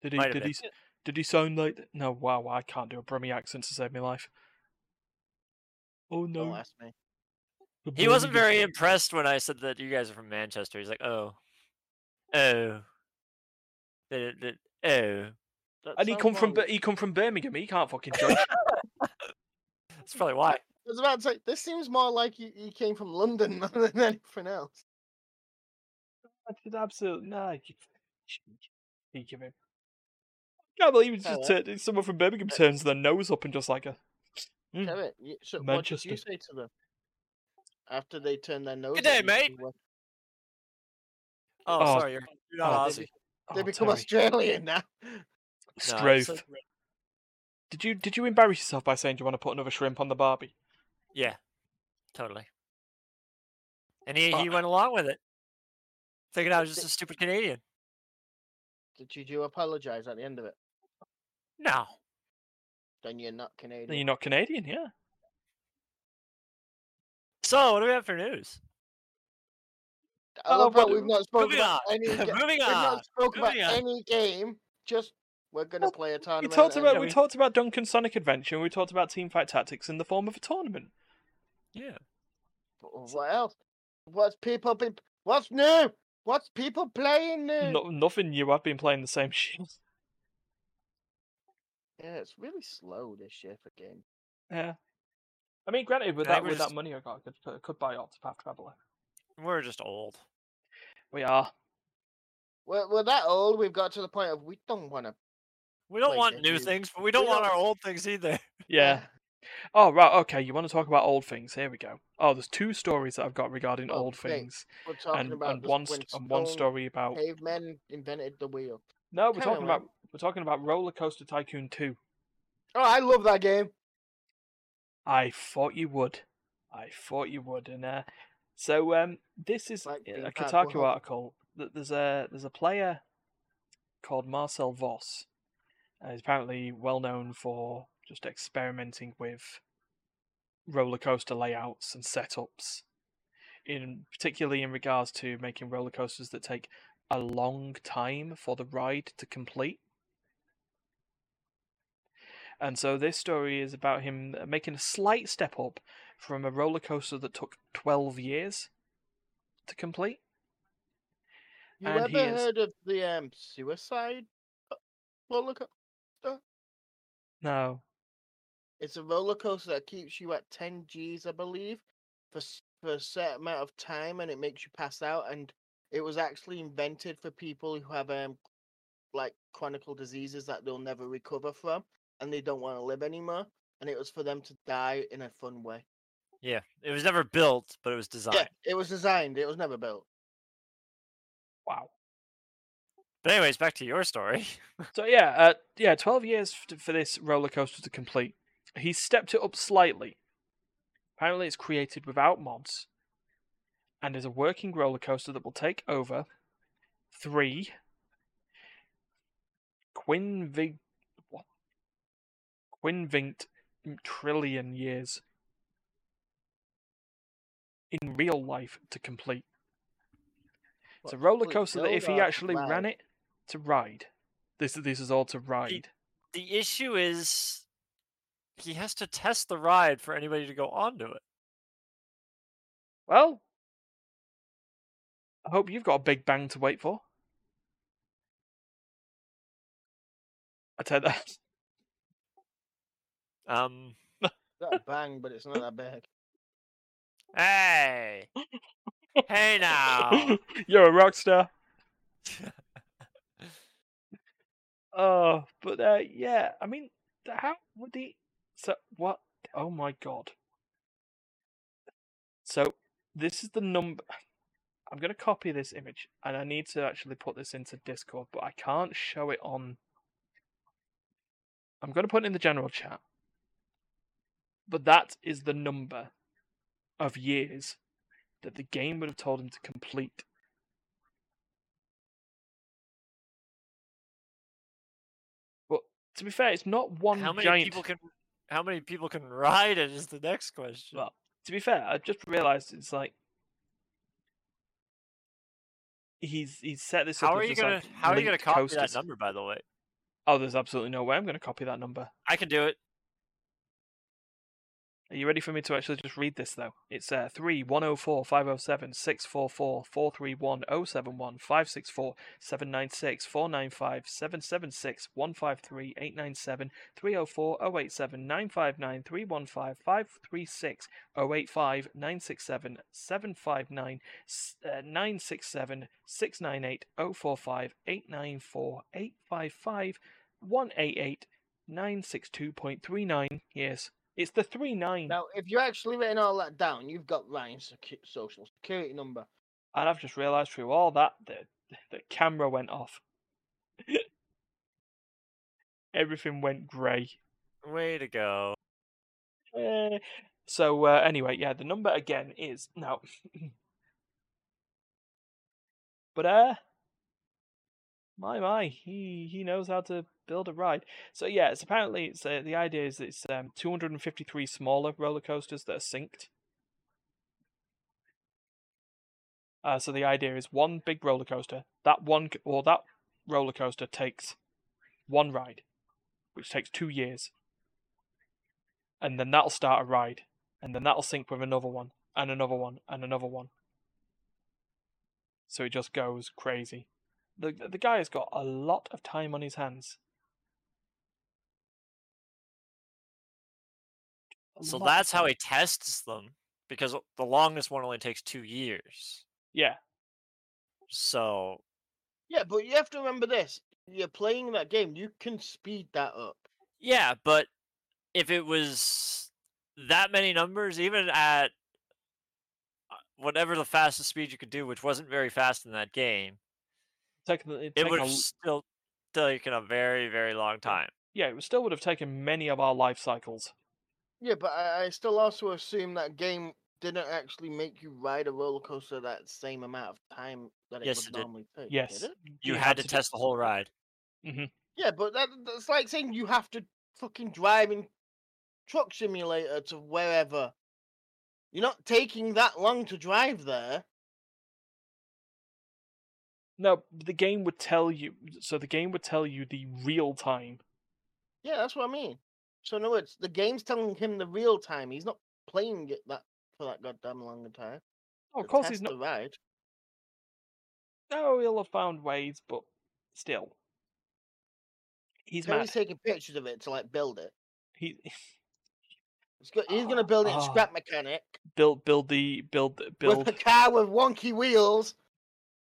S1: did he?
S2: Might have
S1: Did
S2: been.
S1: he? s- Did he sound like? th- No, wow! I can't do a Brummie accent to save my life. Oh
S3: Don't
S1: no!
S3: ask me.
S1: The
S2: He wasn't
S1: bloody
S2: very impressed when I said that you guys are from Manchester. He's like, oh, oh, that, that, oh.
S3: That
S1: And he
S3: sounds
S1: come from
S3: wrong.
S1: Bir- he come from Birmingham. He can't fucking judge.
S2: That's probably why.
S3: I was about to say this seems more like you, you came from London than anything else.
S1: I did absolutely no. Speak of him. I can't believe it's just
S3: Hello.
S1: turned, someone from Birmingham turns their nose up and just like a. Mm.
S3: Damn it! You- So what did
S1: Manchester.
S3: you say to them after they turned their nose?
S2: day,
S3: at you
S2: mate.
S3: and were-
S2: Oh,
S1: Oh,
S2: sorry, you're, you're not
S1: oh,
S2: Aussie.
S1: they-
S3: They
S1: Oh,
S3: become
S1: Terry.
S3: Australian now.
S2: No, it's
S1: Strafe.
S2: so-
S1: Did you did you embarrass yourself by saying do you want to put another shrimp on the barbie?
S2: yeah, totally. And he, he
S1: Fuck.
S2: went along with it, thinking I was just a stupid Canadian.
S3: Did you do apologize at the end of it?
S2: No,
S3: Then you're not Canadian.
S1: Then you're not Canadian, yeah.
S2: So, what do we have for news?
S3: I love
S1: Oh,
S3: how
S1: but-
S3: we've not spoken
S2: moving
S3: about any. ga- we've
S2: Moving on.
S3: not spoken about
S2: moving on.
S3: any game. Just we're gonna
S1: Well,
S3: play a
S1: We
S3: tournament. uh,
S1: talked
S3: and
S1: about
S2: yeah,
S1: we
S2: we-
S1: talked about Duncan Sonic Adventure and we talked about Team Fight Tactics in the form of a tournament.
S2: Yeah.
S3: what else? What's people been? What's new? What's people playing new?
S1: No, nothing new. I've been playing the same shit.
S3: Yeah, it's really slow this year for games.
S1: Yeah. I mean, granted, with
S2: I think
S1: that
S2: we're
S1: with
S2: just-
S1: that money I got, I could, I could buy Octopath Traveler.
S2: We're just old.
S1: We are.
S3: We're, we're that old. We've got to the point of we don't want to.
S2: We don't
S3: Like,
S2: want
S3: if
S2: new
S3: you-
S2: things, but we don't
S3: we
S2: want
S3: don't-
S2: our old things either.
S1: Yeah. Oh right, okay. You want to talk about old things? Here we go. Oh, there's two stories that I've got regarding
S3: Oh,
S1: old
S3: great.
S1: things,
S3: We're talking
S1: and,
S3: about
S1: and
S3: this
S1: one
S3: when
S1: st- and one
S3: stone
S1: story about
S3: Cavemen invented the wheel.
S1: no, we're
S3: Carry
S1: talking
S3: on.
S1: about we're talking about Roller Coaster Tycoon two.
S3: Oh, I love that game.
S1: I thought you would. I thought you would. And uh, so um, this is
S3: Like being
S1: a
S3: bad
S1: Kotaku
S3: will help.
S1: article. That there's a there's a player called Marcel Voss. Uh, he's apparently well known for just experimenting with roller coaster layouts and setups, in particularly in regards to making roller coasters that take a long time for the ride to complete. And so this story is about him uh, making a slight step up from a roller coaster that took 12 years to complete.
S3: You
S1: And he
S3: ever
S1: is-
S3: heard of the um suicide? uh, Roller co-
S1: No.
S3: it's a roller coaster that keeps you at 10 G's, I believe, for s- for a set amount of time, and it makes you pass out. And it was actually invented for people who have um like chronic diseases that they'll never recover from, and they don't want to live anymore. And it was for them to die in a fun way.
S2: Yeah. It was never built, but it was designed.
S3: Yeah, it was designed. It was never built.
S1: Wow.
S2: But anyways, back to your story.
S1: So yeah, uh, yeah, 12 years f- for this roller coaster to complete. He stepped it up slightly. Apparently it's created without mods and is a working roller coaster that will take over 3 Quinvig what? Quinvinct trillion years in real life to complete. It's a
S3: What,
S1: roller
S3: complete
S1: coaster that if
S3: build
S1: he
S3: or
S1: actually ran
S3: uh, ride?
S1: it to ride. This this is all to ride.
S2: The issue is he has to test the ride for anybody to go onto it.
S1: Well, I hope you've got a big bang to wait for. I tell that.
S2: Um
S3: Not a bang, but it's not that bad.
S2: Hey. hey now.
S1: You're a rock star. Oh, but uh, yeah, I mean, th- how would he? So what? Oh my god! So this is the number. I'm gonna copy this image, and I need to actually put this into Discord, but I can't show it on. I'm gonna put it in the general chat. But that is the number of years that the game would have told him to complete. But to be fair, it's not one
S2: how many
S1: giant.
S2: people can how many people can ride it is the next question.
S1: Well, to be fair, I just realised it's like he's he's set this up.
S2: how are
S1: as
S2: you
S1: just,
S2: gonna
S1: like,
S2: how are you gonna
S1: linked
S2: copy that
S1: coasters.
S2: number by the way?
S1: Oh, there's absolutely no way I'm gonna copy that number.
S2: I can do it.
S1: Are you ready for me to actually just read this though? It's uh, 3 104 507 644 431 071 564 796 495 776 153 897 304 087 959 315 536 085 967 759 967 698 045 894 855 188 962.39. Yes, it's the three nine.
S3: Now, if you're actually writing all that down, you've got Ryan's secu- social security number.
S1: And I've just realised through all that the the camera went off. Everything went grey.
S2: Way to go.
S1: Eh, so uh, anyway, yeah, the number again is now. but uh, my my, he he knows how to build a ride. So yeah, it's apparently it's uh, the idea is it's um 253 smaller roller coasters that are synced. Uh, so the idea is one big roller coaster. That one c- or that roller coaster takes one ride, which takes two years, and then that'll start a ride, and then that'll sync with another one, and another one, and another one. So it just goes crazy. The the guy has got a lot of time on his hands. A
S2: So
S1: lot of
S2: that's how
S1: time.
S2: he tests them because the longest one only takes two years.
S1: Yeah,
S2: So
S3: Yeah, but you have to remember this: you're playing that game. You can speed that up.
S2: yeah, but if it was that many numbers, even at uh, whatever the fastest speed you could do, which wasn't very fast in that game,
S1: technically, it'd
S2: it
S1: take
S2: would
S1: a
S2: have
S1: l-
S2: still taken a very very long time.
S1: yeah, it still would have taken many of our life cycles.
S3: Yeah, but I, I still also assume that game didn't actually make you ride a roller coaster that same amount of time that it
S2: Yes,
S3: would
S2: it did.
S3: normally take. did
S1: Yes,
S3: it?
S2: You, had, to
S1: do-
S2: test the whole ride.
S3: Yeah, but that, that's like saying you have to fucking drive in truck simulator to wherever. You're not taking that long to drive there.
S1: No, the game would tell you. So the game would tell you the real time.
S3: Yeah, that's what I mean. So in other words, the game's telling him the real time. He's not playing it that for that goddamn long a time.
S1: Oh, of
S3: to
S1: course, he's
S3: test
S1: not.
S3: The ride.
S1: No, he'll have found ways, but still, he's
S3: So
S1: mad.
S3: he's taking pictures of it to like build it.
S1: He
S3: He's, go- he's
S1: Ah,
S3: gonna build it in
S1: ah.
S3: scrap mechanic
S1: build, build the build,
S3: with
S1: build,
S3: a car with wonky wheels.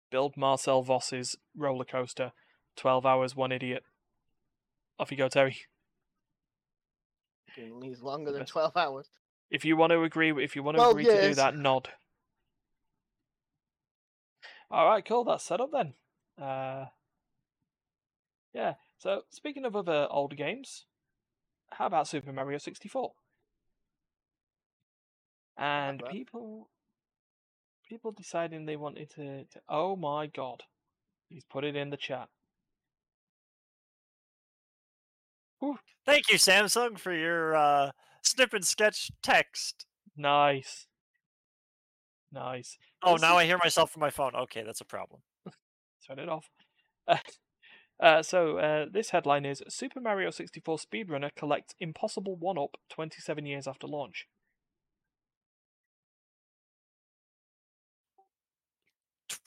S1: build Marcel Voss's roller coaster. Twelve hours, one idiot. Off you go, Terry.
S3: Fucking, He's longer than
S1: Best-
S3: twelve hours.
S1: If you want to agree, if you want to
S3: Well,
S1: agree to do
S3: yes.
S1: that, nod. All right, cool. That's set up then. Uh, yeah. So speaking of other older games, how about Super Mario sixty four? And
S3: bad.
S1: people, people deciding they wanted to, to. Oh my god, he's put it in the chat.
S2: Thank you, Samsung, for your uh, snip and sketch text.
S1: Nice, nice.
S2: Oh,
S1: This
S2: now
S1: is-
S2: I hear myself from my phone. Okay, that's a problem.
S1: turn it off. uh, so uh, this headline is Super Mario 64 speedrunner collects impossible one-up 27 years after launch.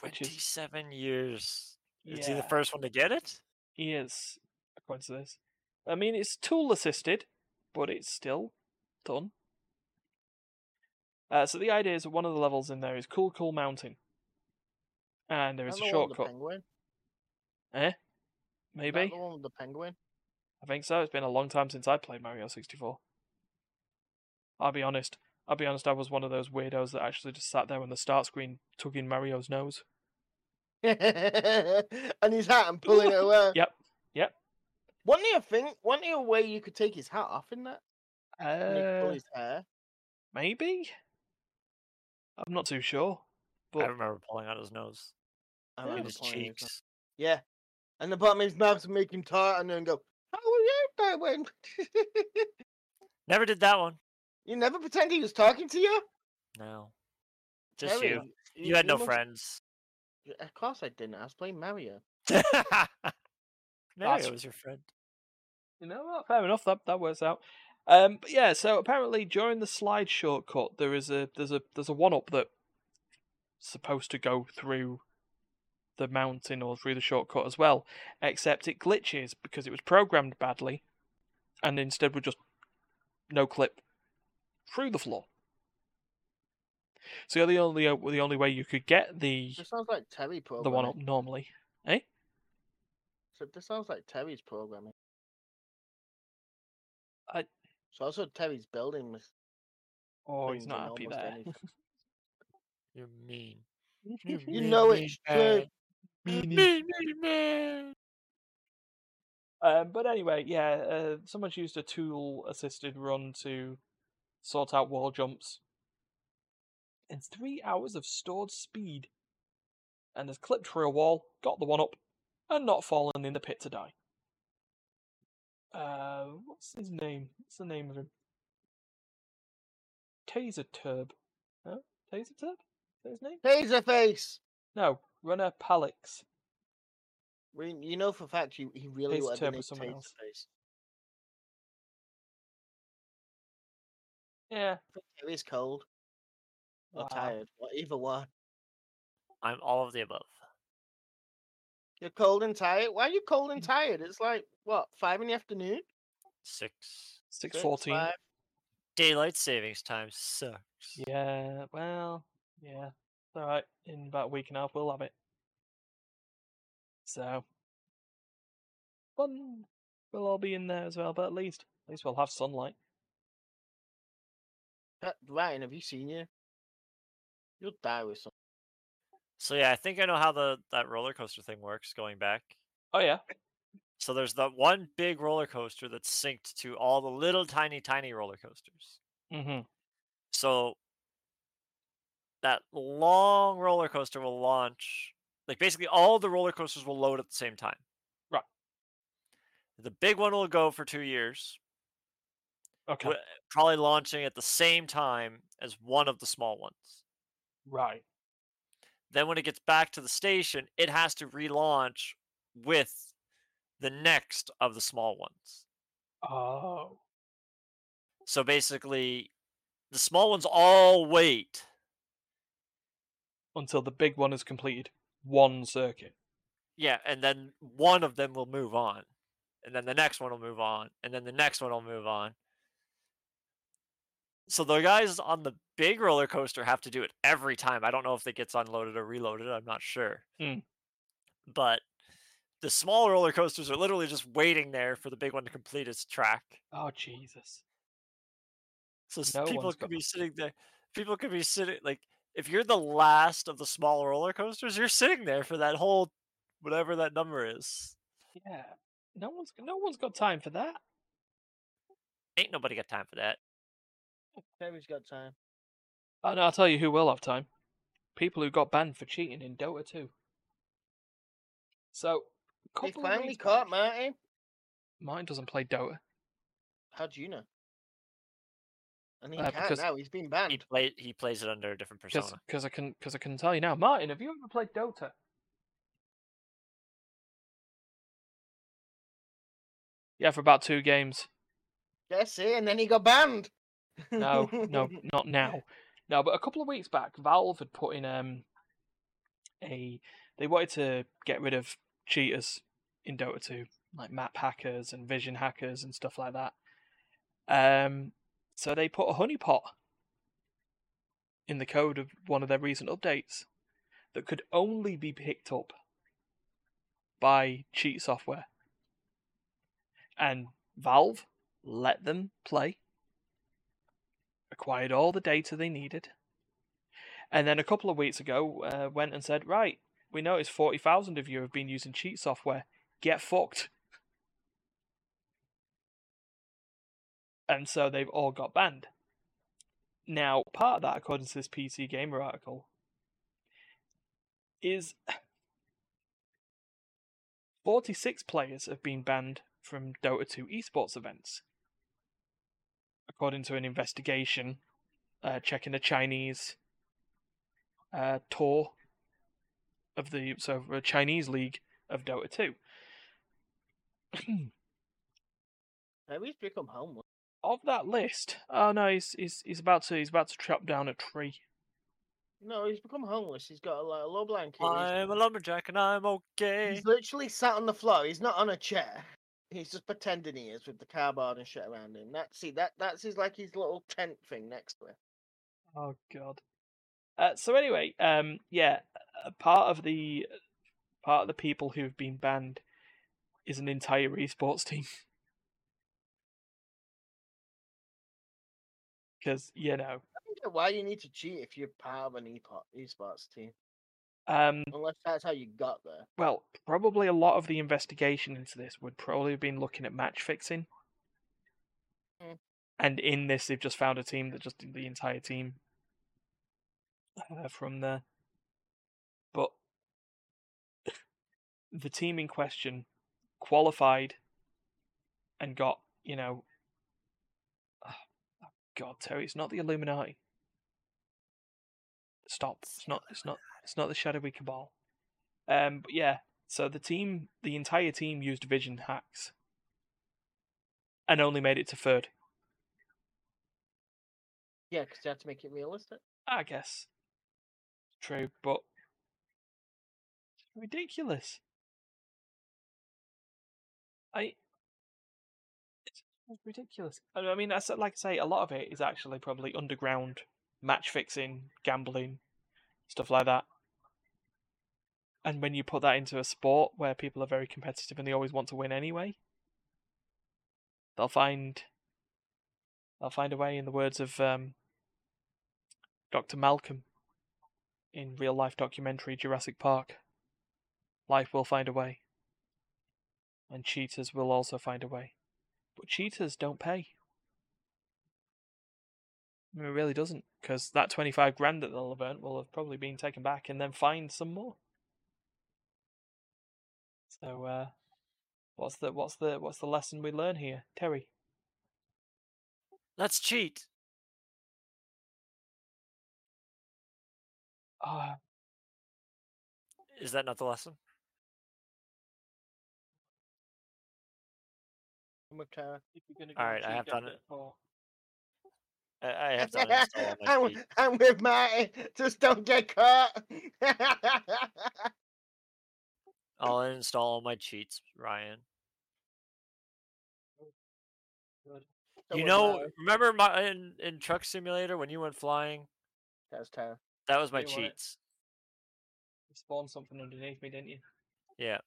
S1: Which is-
S2: Twenty-seven years. Is he the first one to get it?
S1: He is, according to this. I mean, it's tool assisted, but it's still done. Uh, so the idea is one of the levels in there is Cool Cool Mountain, and there
S3: Not
S1: is a
S3: the one with the
S1: shortcut.
S3: penguin. Not
S1: Maybe
S3: the one with the penguin.
S1: I think so. It's been a long time since I played Mario 64. I'll be honest. I'll be honest, I was one of those weirdos that actually just sat there on the start screen tugging Mario's nose.
S3: and his hat and pulling it away.
S1: Yep, yep.
S3: Wasn't there a thing? Wasn't there a way you could take his hat off in that? And he could pull
S1: Uh,
S3: his hair.
S1: maybe? I'm not too sure.
S2: I
S1: But
S2: remember pulling out his nose
S3: I
S1: yeah,
S2: and
S3: remember
S2: his
S3: pulling his-
S2: cheeks.
S3: Yeah. And the bottom of his mouth to make him tart and then go, How were you doing?
S2: Never did that one.
S3: you never pretend he was talking to you?
S2: No, just
S3: Terry,
S2: you. You had no
S3: must-
S2: friends.
S3: Yeah, Of course I didn't. I was playing Mario.
S2: Mario
S1: That's-
S2: was your friend.
S1: you know what? Fair enough, that, that works out. Um, but yeah, so apparently during the slide shortcut, there is a there's a there's a one up that's supposed to go through the mountain or through the shortcut as well, except it glitches because it was programmed badly, and instead would just no clip through the floor. So the only uh, the only way you could get the
S3: This sounds like Terry programming.
S1: the one up normally, eh?
S3: So this sounds like Terry's programming.
S1: I-
S3: So also Terry's building mis-
S1: Oh, he's
S3: things
S1: not
S3: in
S1: happy
S3: almost
S1: there.
S3: anything.
S2: You're mean.
S3: You know it's true.
S2: Mean, mean, mean.
S1: Um, but anyway, yeah, uh, someone's used a tool assisted run to sort out wall jumps. It's three hours of stored speed, and has clipped through a wall, got the one up, and not fallen in the pit to die. Uh, what's his name? What's the name of him? Taser Turb. No? Taser Turb? Is that his name?
S3: Taserface.
S1: No, Runner Palix.
S3: We, you know for a fact you he really
S1: Taser
S3: wanted to
S1: Turbo
S3: name
S1: someone else.
S3: Taserface.
S1: Yeah.
S3: Terry's cold or
S1: wow.
S3: tired, or either one.
S2: I'm all of the above.
S3: You're cold and tired. Why are you cold
S1: Mm.
S3: and tired? It's like what five in the afternoon.
S2: Six.
S1: Six
S3: Six,
S1: fourteen.
S3: five.
S2: Daylight savings time sucks.
S1: Yeah, well, yeah. It's alright. In about a week and a half, we'll have it. So, fun. We'll all be in there as well, but at least, at least we'll have sunlight.
S3: Pat- Ryan, have you seen you? You'll die with something.
S2: So yeah, I think I know how the that roller coaster thing works. Going back,
S1: Oh yeah.
S2: so there's that one big roller coaster that's synced to all the little tiny tiny roller coasters.
S1: Mhm.
S2: So that long roller coaster will launch. Like basically, all the roller coasters will load at the same time.
S1: Right.
S2: The big one will go for two years,
S1: Okay.
S2: wi- probably launching at the same time as one of the small ones.
S1: Right.
S2: Then when it gets back to the station, it has to relaunch with the next of the small ones.
S1: Oh.
S2: So basically, the small ones all wait.
S1: Until the big one has completed one circuit.
S2: Yeah, and then one of them will move on. And then the next one will move on. And then the next one will move on. So the guys on the big roller coaster have to do it every time. I don't know if it gets unloaded or reloaded. I'm not sure.
S1: Mm.
S2: But the small roller coasters are literally just waiting there for the big one to complete its track.
S1: Oh Jesus.
S2: So s-
S1: No
S2: people
S1: one's
S2: could
S1: got-
S2: be sitting there. People could be sitting like if you're the last of the small roller coasters, you're sitting there for that whole whatever that number is.
S1: Yeah. No one's no one's got time for that.
S2: Ain't nobody got time for that.
S3: Terry's got time.
S1: And I'll tell you who will have time. People who got banned for cheating in Dota 2. So, a
S3: They
S1: couple of
S3: finally
S1: weeks
S3: caught
S1: back-
S3: Martin.
S1: Mine doesn't play Dota.
S3: How do you know? And he
S1: Uh,
S3: can't
S1: because-
S3: now. He's been
S2: He
S3: banned.
S2: play he plays it under a different persona.
S1: Because I can, cause I can tell you now. Martin, have you ever played Dota? Yeah, for about two games.
S3: Yes, see, and then he got banned.
S1: No, no, not now. No, but a couple of weeks back, Valve had put in um a they wanted to get rid of cheaters in Dota 2, like map hackers and vision hackers and stuff like that. Um, so they put a honeypot in the code of one of their recent updates that could only be picked up by cheat software. And Valve let them play acquired all the data they needed, and then a couple of weeks ago uh, went and said, "Right, we noticed forty thousand of you have been using cheat software. Get fucked." And so they've all got banned. Now, part of that, according to this PC Gamer article, is 46 players have been banned from Dota 2 esports events according to an investigation, uh, checking a Chinese uh, tour of the so a Chinese league of Dota two.
S3: Terry's become homeless.
S1: of that list. Oh no, he's he's he's about to he's about to chop down a tree.
S3: No, he's become homeless. He's got a, like, a low blanket. He's-
S2: I'm a lumberjack and I'm okay.
S3: He's literally sat on the floor. He's not on a chair. He's just pretending he is with the cardboard and shit around him. That see that that's his like his little tent thing next to him.
S1: Oh god. Uh, so anyway, um, yeah, a part of the part of the people who've been banned is an entire esports team. Because you know,
S3: I don't get why you need to cheat if you're part of an epo- esports team,
S1: um,
S3: unless that's how you got there.
S1: well, probably a lot of the investigation into this would probably have been looking at match fixing.
S3: Mm.
S1: And in this, they've just found a team that just did the entire team uh, from there. But the team in question qualified and got, you know. Oh, God, Terry, it's not the Illuminati. Stop. It's not, it's not, it's not the Shadowy Cabal. Um, but yeah, so the team, the entire team used vision hacks and only made it to third,
S3: Yeah, because you had to make it realistic.
S1: I guess. True, but it's ridiculous. I, it's it's ridiculous. I I mean, I said, like I say, a lot of it is actually probably underground match fixing, gambling, stuff like that. And when you put that into a sport where people are very competitive and they always want to win anyway, they'll find they'll find a way. In the words of um, Dr. Malcolm in real life documentary Jurassic Park, life will find a way, and cheaters will also find a way. But cheaters don't pay. I mean, It really doesn't, because that twenty-five grand that they'll have earned will have probably been taken back and then fined some more. So, uh, what's the what's the what's the lesson we learn here, Terry?
S2: Let's cheat.
S1: Ah,
S2: Is that not the lesson?
S3: I'm with uh, Tara.
S2: Alright, I have done it.
S1: oh,
S2: I, I have to uninstall my
S3: I'm,
S2: cheat.
S3: with- I'm with Marty. Just don't get caught.
S2: I'll uninstall all my cheats, Ryan. you know, remember my in, in Truck Simulator when you went flying?
S3: that's Tara.
S2: That was my
S1: You were-
S2: cheats.
S1: You spawned something underneath me, didn't you?
S2: Yeah,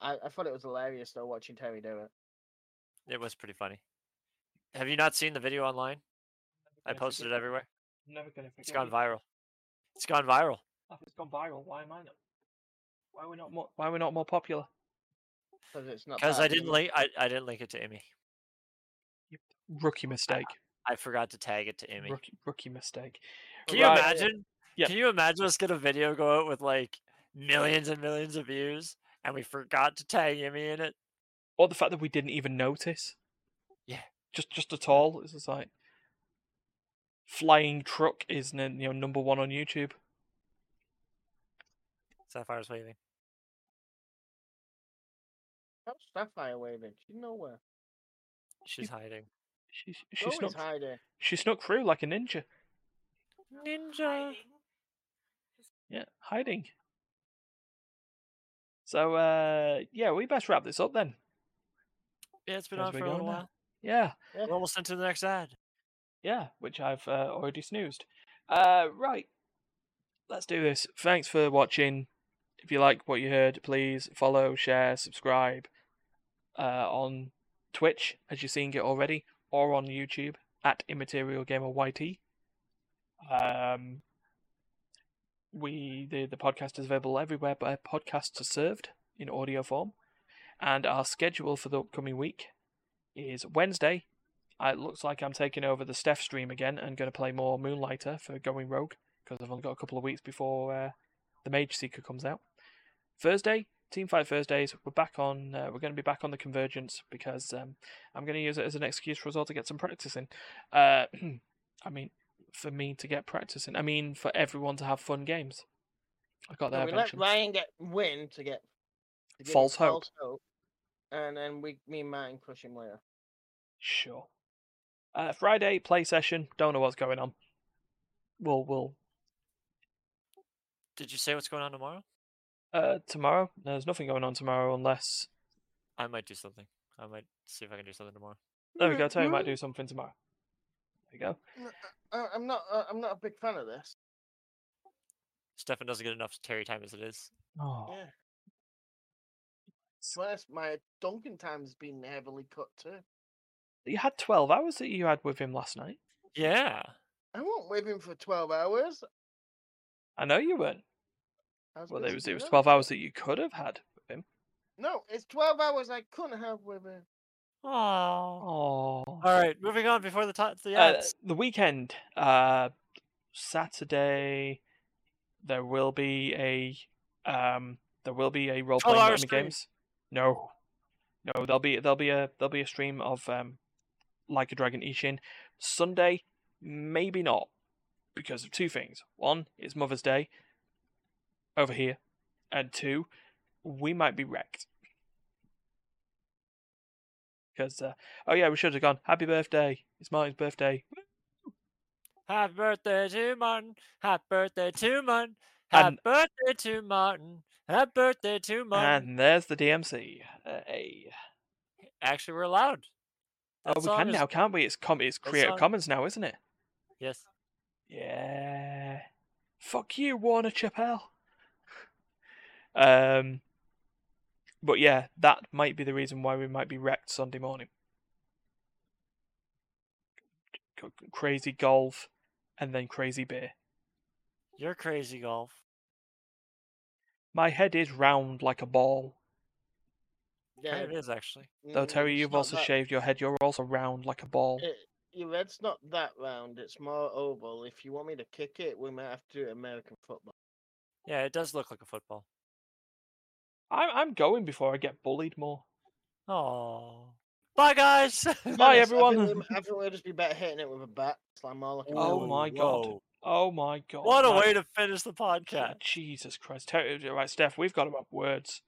S3: I, I thought it was hilarious though watching Terry do it.
S2: it was pretty funny. Have you not seen the video online? I posted it everywhere.
S1: I'm never gonna
S2: It's
S1: forget.
S2: gone
S1: it.
S2: viral. It's gone viral.
S1: Oh, It's gone viral. Why am I not? Why we're not more? Why we're not more popular?
S3: Because it's not.
S2: Because
S3: part
S2: I
S3: of the
S2: didn't
S3: other-
S2: link I, I didn't link it to Emmy.
S1: Rookie mistake.
S2: I forgot to tag it to Emmy.
S1: Rookie, rookie mistake.
S2: Can you
S1: Right.
S2: imagine?
S1: Yeah.
S2: Can you imagine us get a video go out with like millions and millions of views and we forgot to tag Emmy in it?
S1: Or the fact that we didn't even notice.
S2: Yeah.
S1: Just, just at all. It's just like flying truck is n- you know number one on YouTube.
S2: Sapphire's waving.
S3: How's Sapphire waving? She's nowhere.
S2: She's hiding.
S1: She,
S3: She's
S1: she
S3: always
S1: snuck,
S3: hiding.
S1: she snuck through like a ninja.
S2: Ninja.
S1: Yeah, hiding. So uh yeah, we best wrap this up then.
S2: Yeah, it's been
S1: As
S2: on
S1: we
S2: for a
S1: go
S2: little
S1: now.
S2: while.
S1: Yeah.
S3: Yeah.
S2: We're almost into the next ad.
S1: Yeah, which I've uh, already snoozed. Uh, right, let's do this. Thanks for watching. If you like what you heard, please follow, share, subscribe uh, on Twitch, as you're seeing it already, or on YouTube at Immaterial Gamer YT. Um, we the the podcast is available everywhere, but podcasts are served in audio form, and our schedule for the upcoming week is Wednesday, it looks like I'm taking over the Steph stream again and going to play more Moonlighter for Going Rogue because I've only got a couple of weeks before uh, the Mage Seeker comes out. Thursday, Team Fight Thursdays, we're back on. Uh, we're going to be back on the Convergence because um, I'm going to use it as an excuse for us all to get some practice in. Uh, I mean, for me to get practice in. I mean, for everyone to have fun games. I got there
S3: No, we let
S1: eventually.
S3: Ryan get win to get to give him
S1: False hope.
S3: hope, and then we me and Martin crush him later.
S1: Sure. Uh, Friday play session. Don't know what's going on. We'll we'll
S2: Did you say what's going on tomorrow?
S1: uh, tomorrow. There's nothing going on tomorrow unless
S2: I might do something. I might see if I can do something tomorrow.
S1: there we go.
S3: Mm-hmm,
S1: Terry might do something tomorrow. There you go.
S3: I, uh, I'm not. I, I'm not a big fan of this.
S2: Stefan doesn't get enough Terry time as it is.
S1: Oh,
S3: Yeah. Plus, my Duncan time's been heavily cut too.
S1: you had twelve hours that you had with him last night.
S2: Yeah.
S3: I won't with him for twelve hours.
S1: I know you weren't.
S3: I was
S1: Well,
S3: gonna
S1: it was
S3: say
S1: it was
S3: no.
S1: twelve hours that you could have had with him.
S3: No, it's twelve hours I couldn't have with him.
S2: Oh.
S1: Oh,
S2: All right, moving on before the top. The
S1: uh,
S2: ads.
S1: the weekend, uh, Saturday, there will be a um, there will be a role
S2: hour
S1: playing
S2: stream.
S1: games. No, no, there'll be there'll be a there'll be a stream of um, like a dragon Ishin Sunday. Maybe not because of two things. One, it's Mother's Day over here, and two, we might be wrecked. Because uh, oh yeah, we should have gone. Happy birthday! It's Martin's birthday.
S2: Happy birthday to Martin. Happy birthday to Martin. Happy
S1: And-
S2: birthday to Martin. Happy birthday to Martin.
S1: And there's the DMC. Uh, hey.
S2: Actually, we're allowed.
S1: Oh,
S2: That
S1: we
S2: song
S1: can
S2: is-
S1: now, can't we? It's com- it's Creative
S2: song-
S1: Commons now, isn't it?
S2: Yes.
S1: Yeah. Fuck you, Warner Chappell. Um. But yeah, that might be the reason why we might be wrecked Sunday morning. C- c- Crazy golf, and then crazy beer.
S2: You're crazy golf.
S1: My head is round like a ball.
S2: Yeah, it is actually.
S1: Though Terry,
S3: mm, it's
S1: you've
S3: not
S1: also
S3: that-
S1: shaved your head. You're also round like a ball.
S3: It, your head's not that round. It's more oval. If you want me to kick it, we might have to do American football.
S2: Yeah, it does look like a football.
S1: I'm I'm going before I get bullied more.
S2: Oh. Bye, guys.
S1: Bye,
S3: Honest, I think we
S1: everyone.
S3: m- I think we'd just be better hitting it with a bat. It's like more like a
S1: Oh
S3: middle.
S1: my God. Oh my god!
S2: What a
S1: man.
S2: way to finish the podcast.
S1: Jesus Christ. Terry, right, Steph, we've got about words.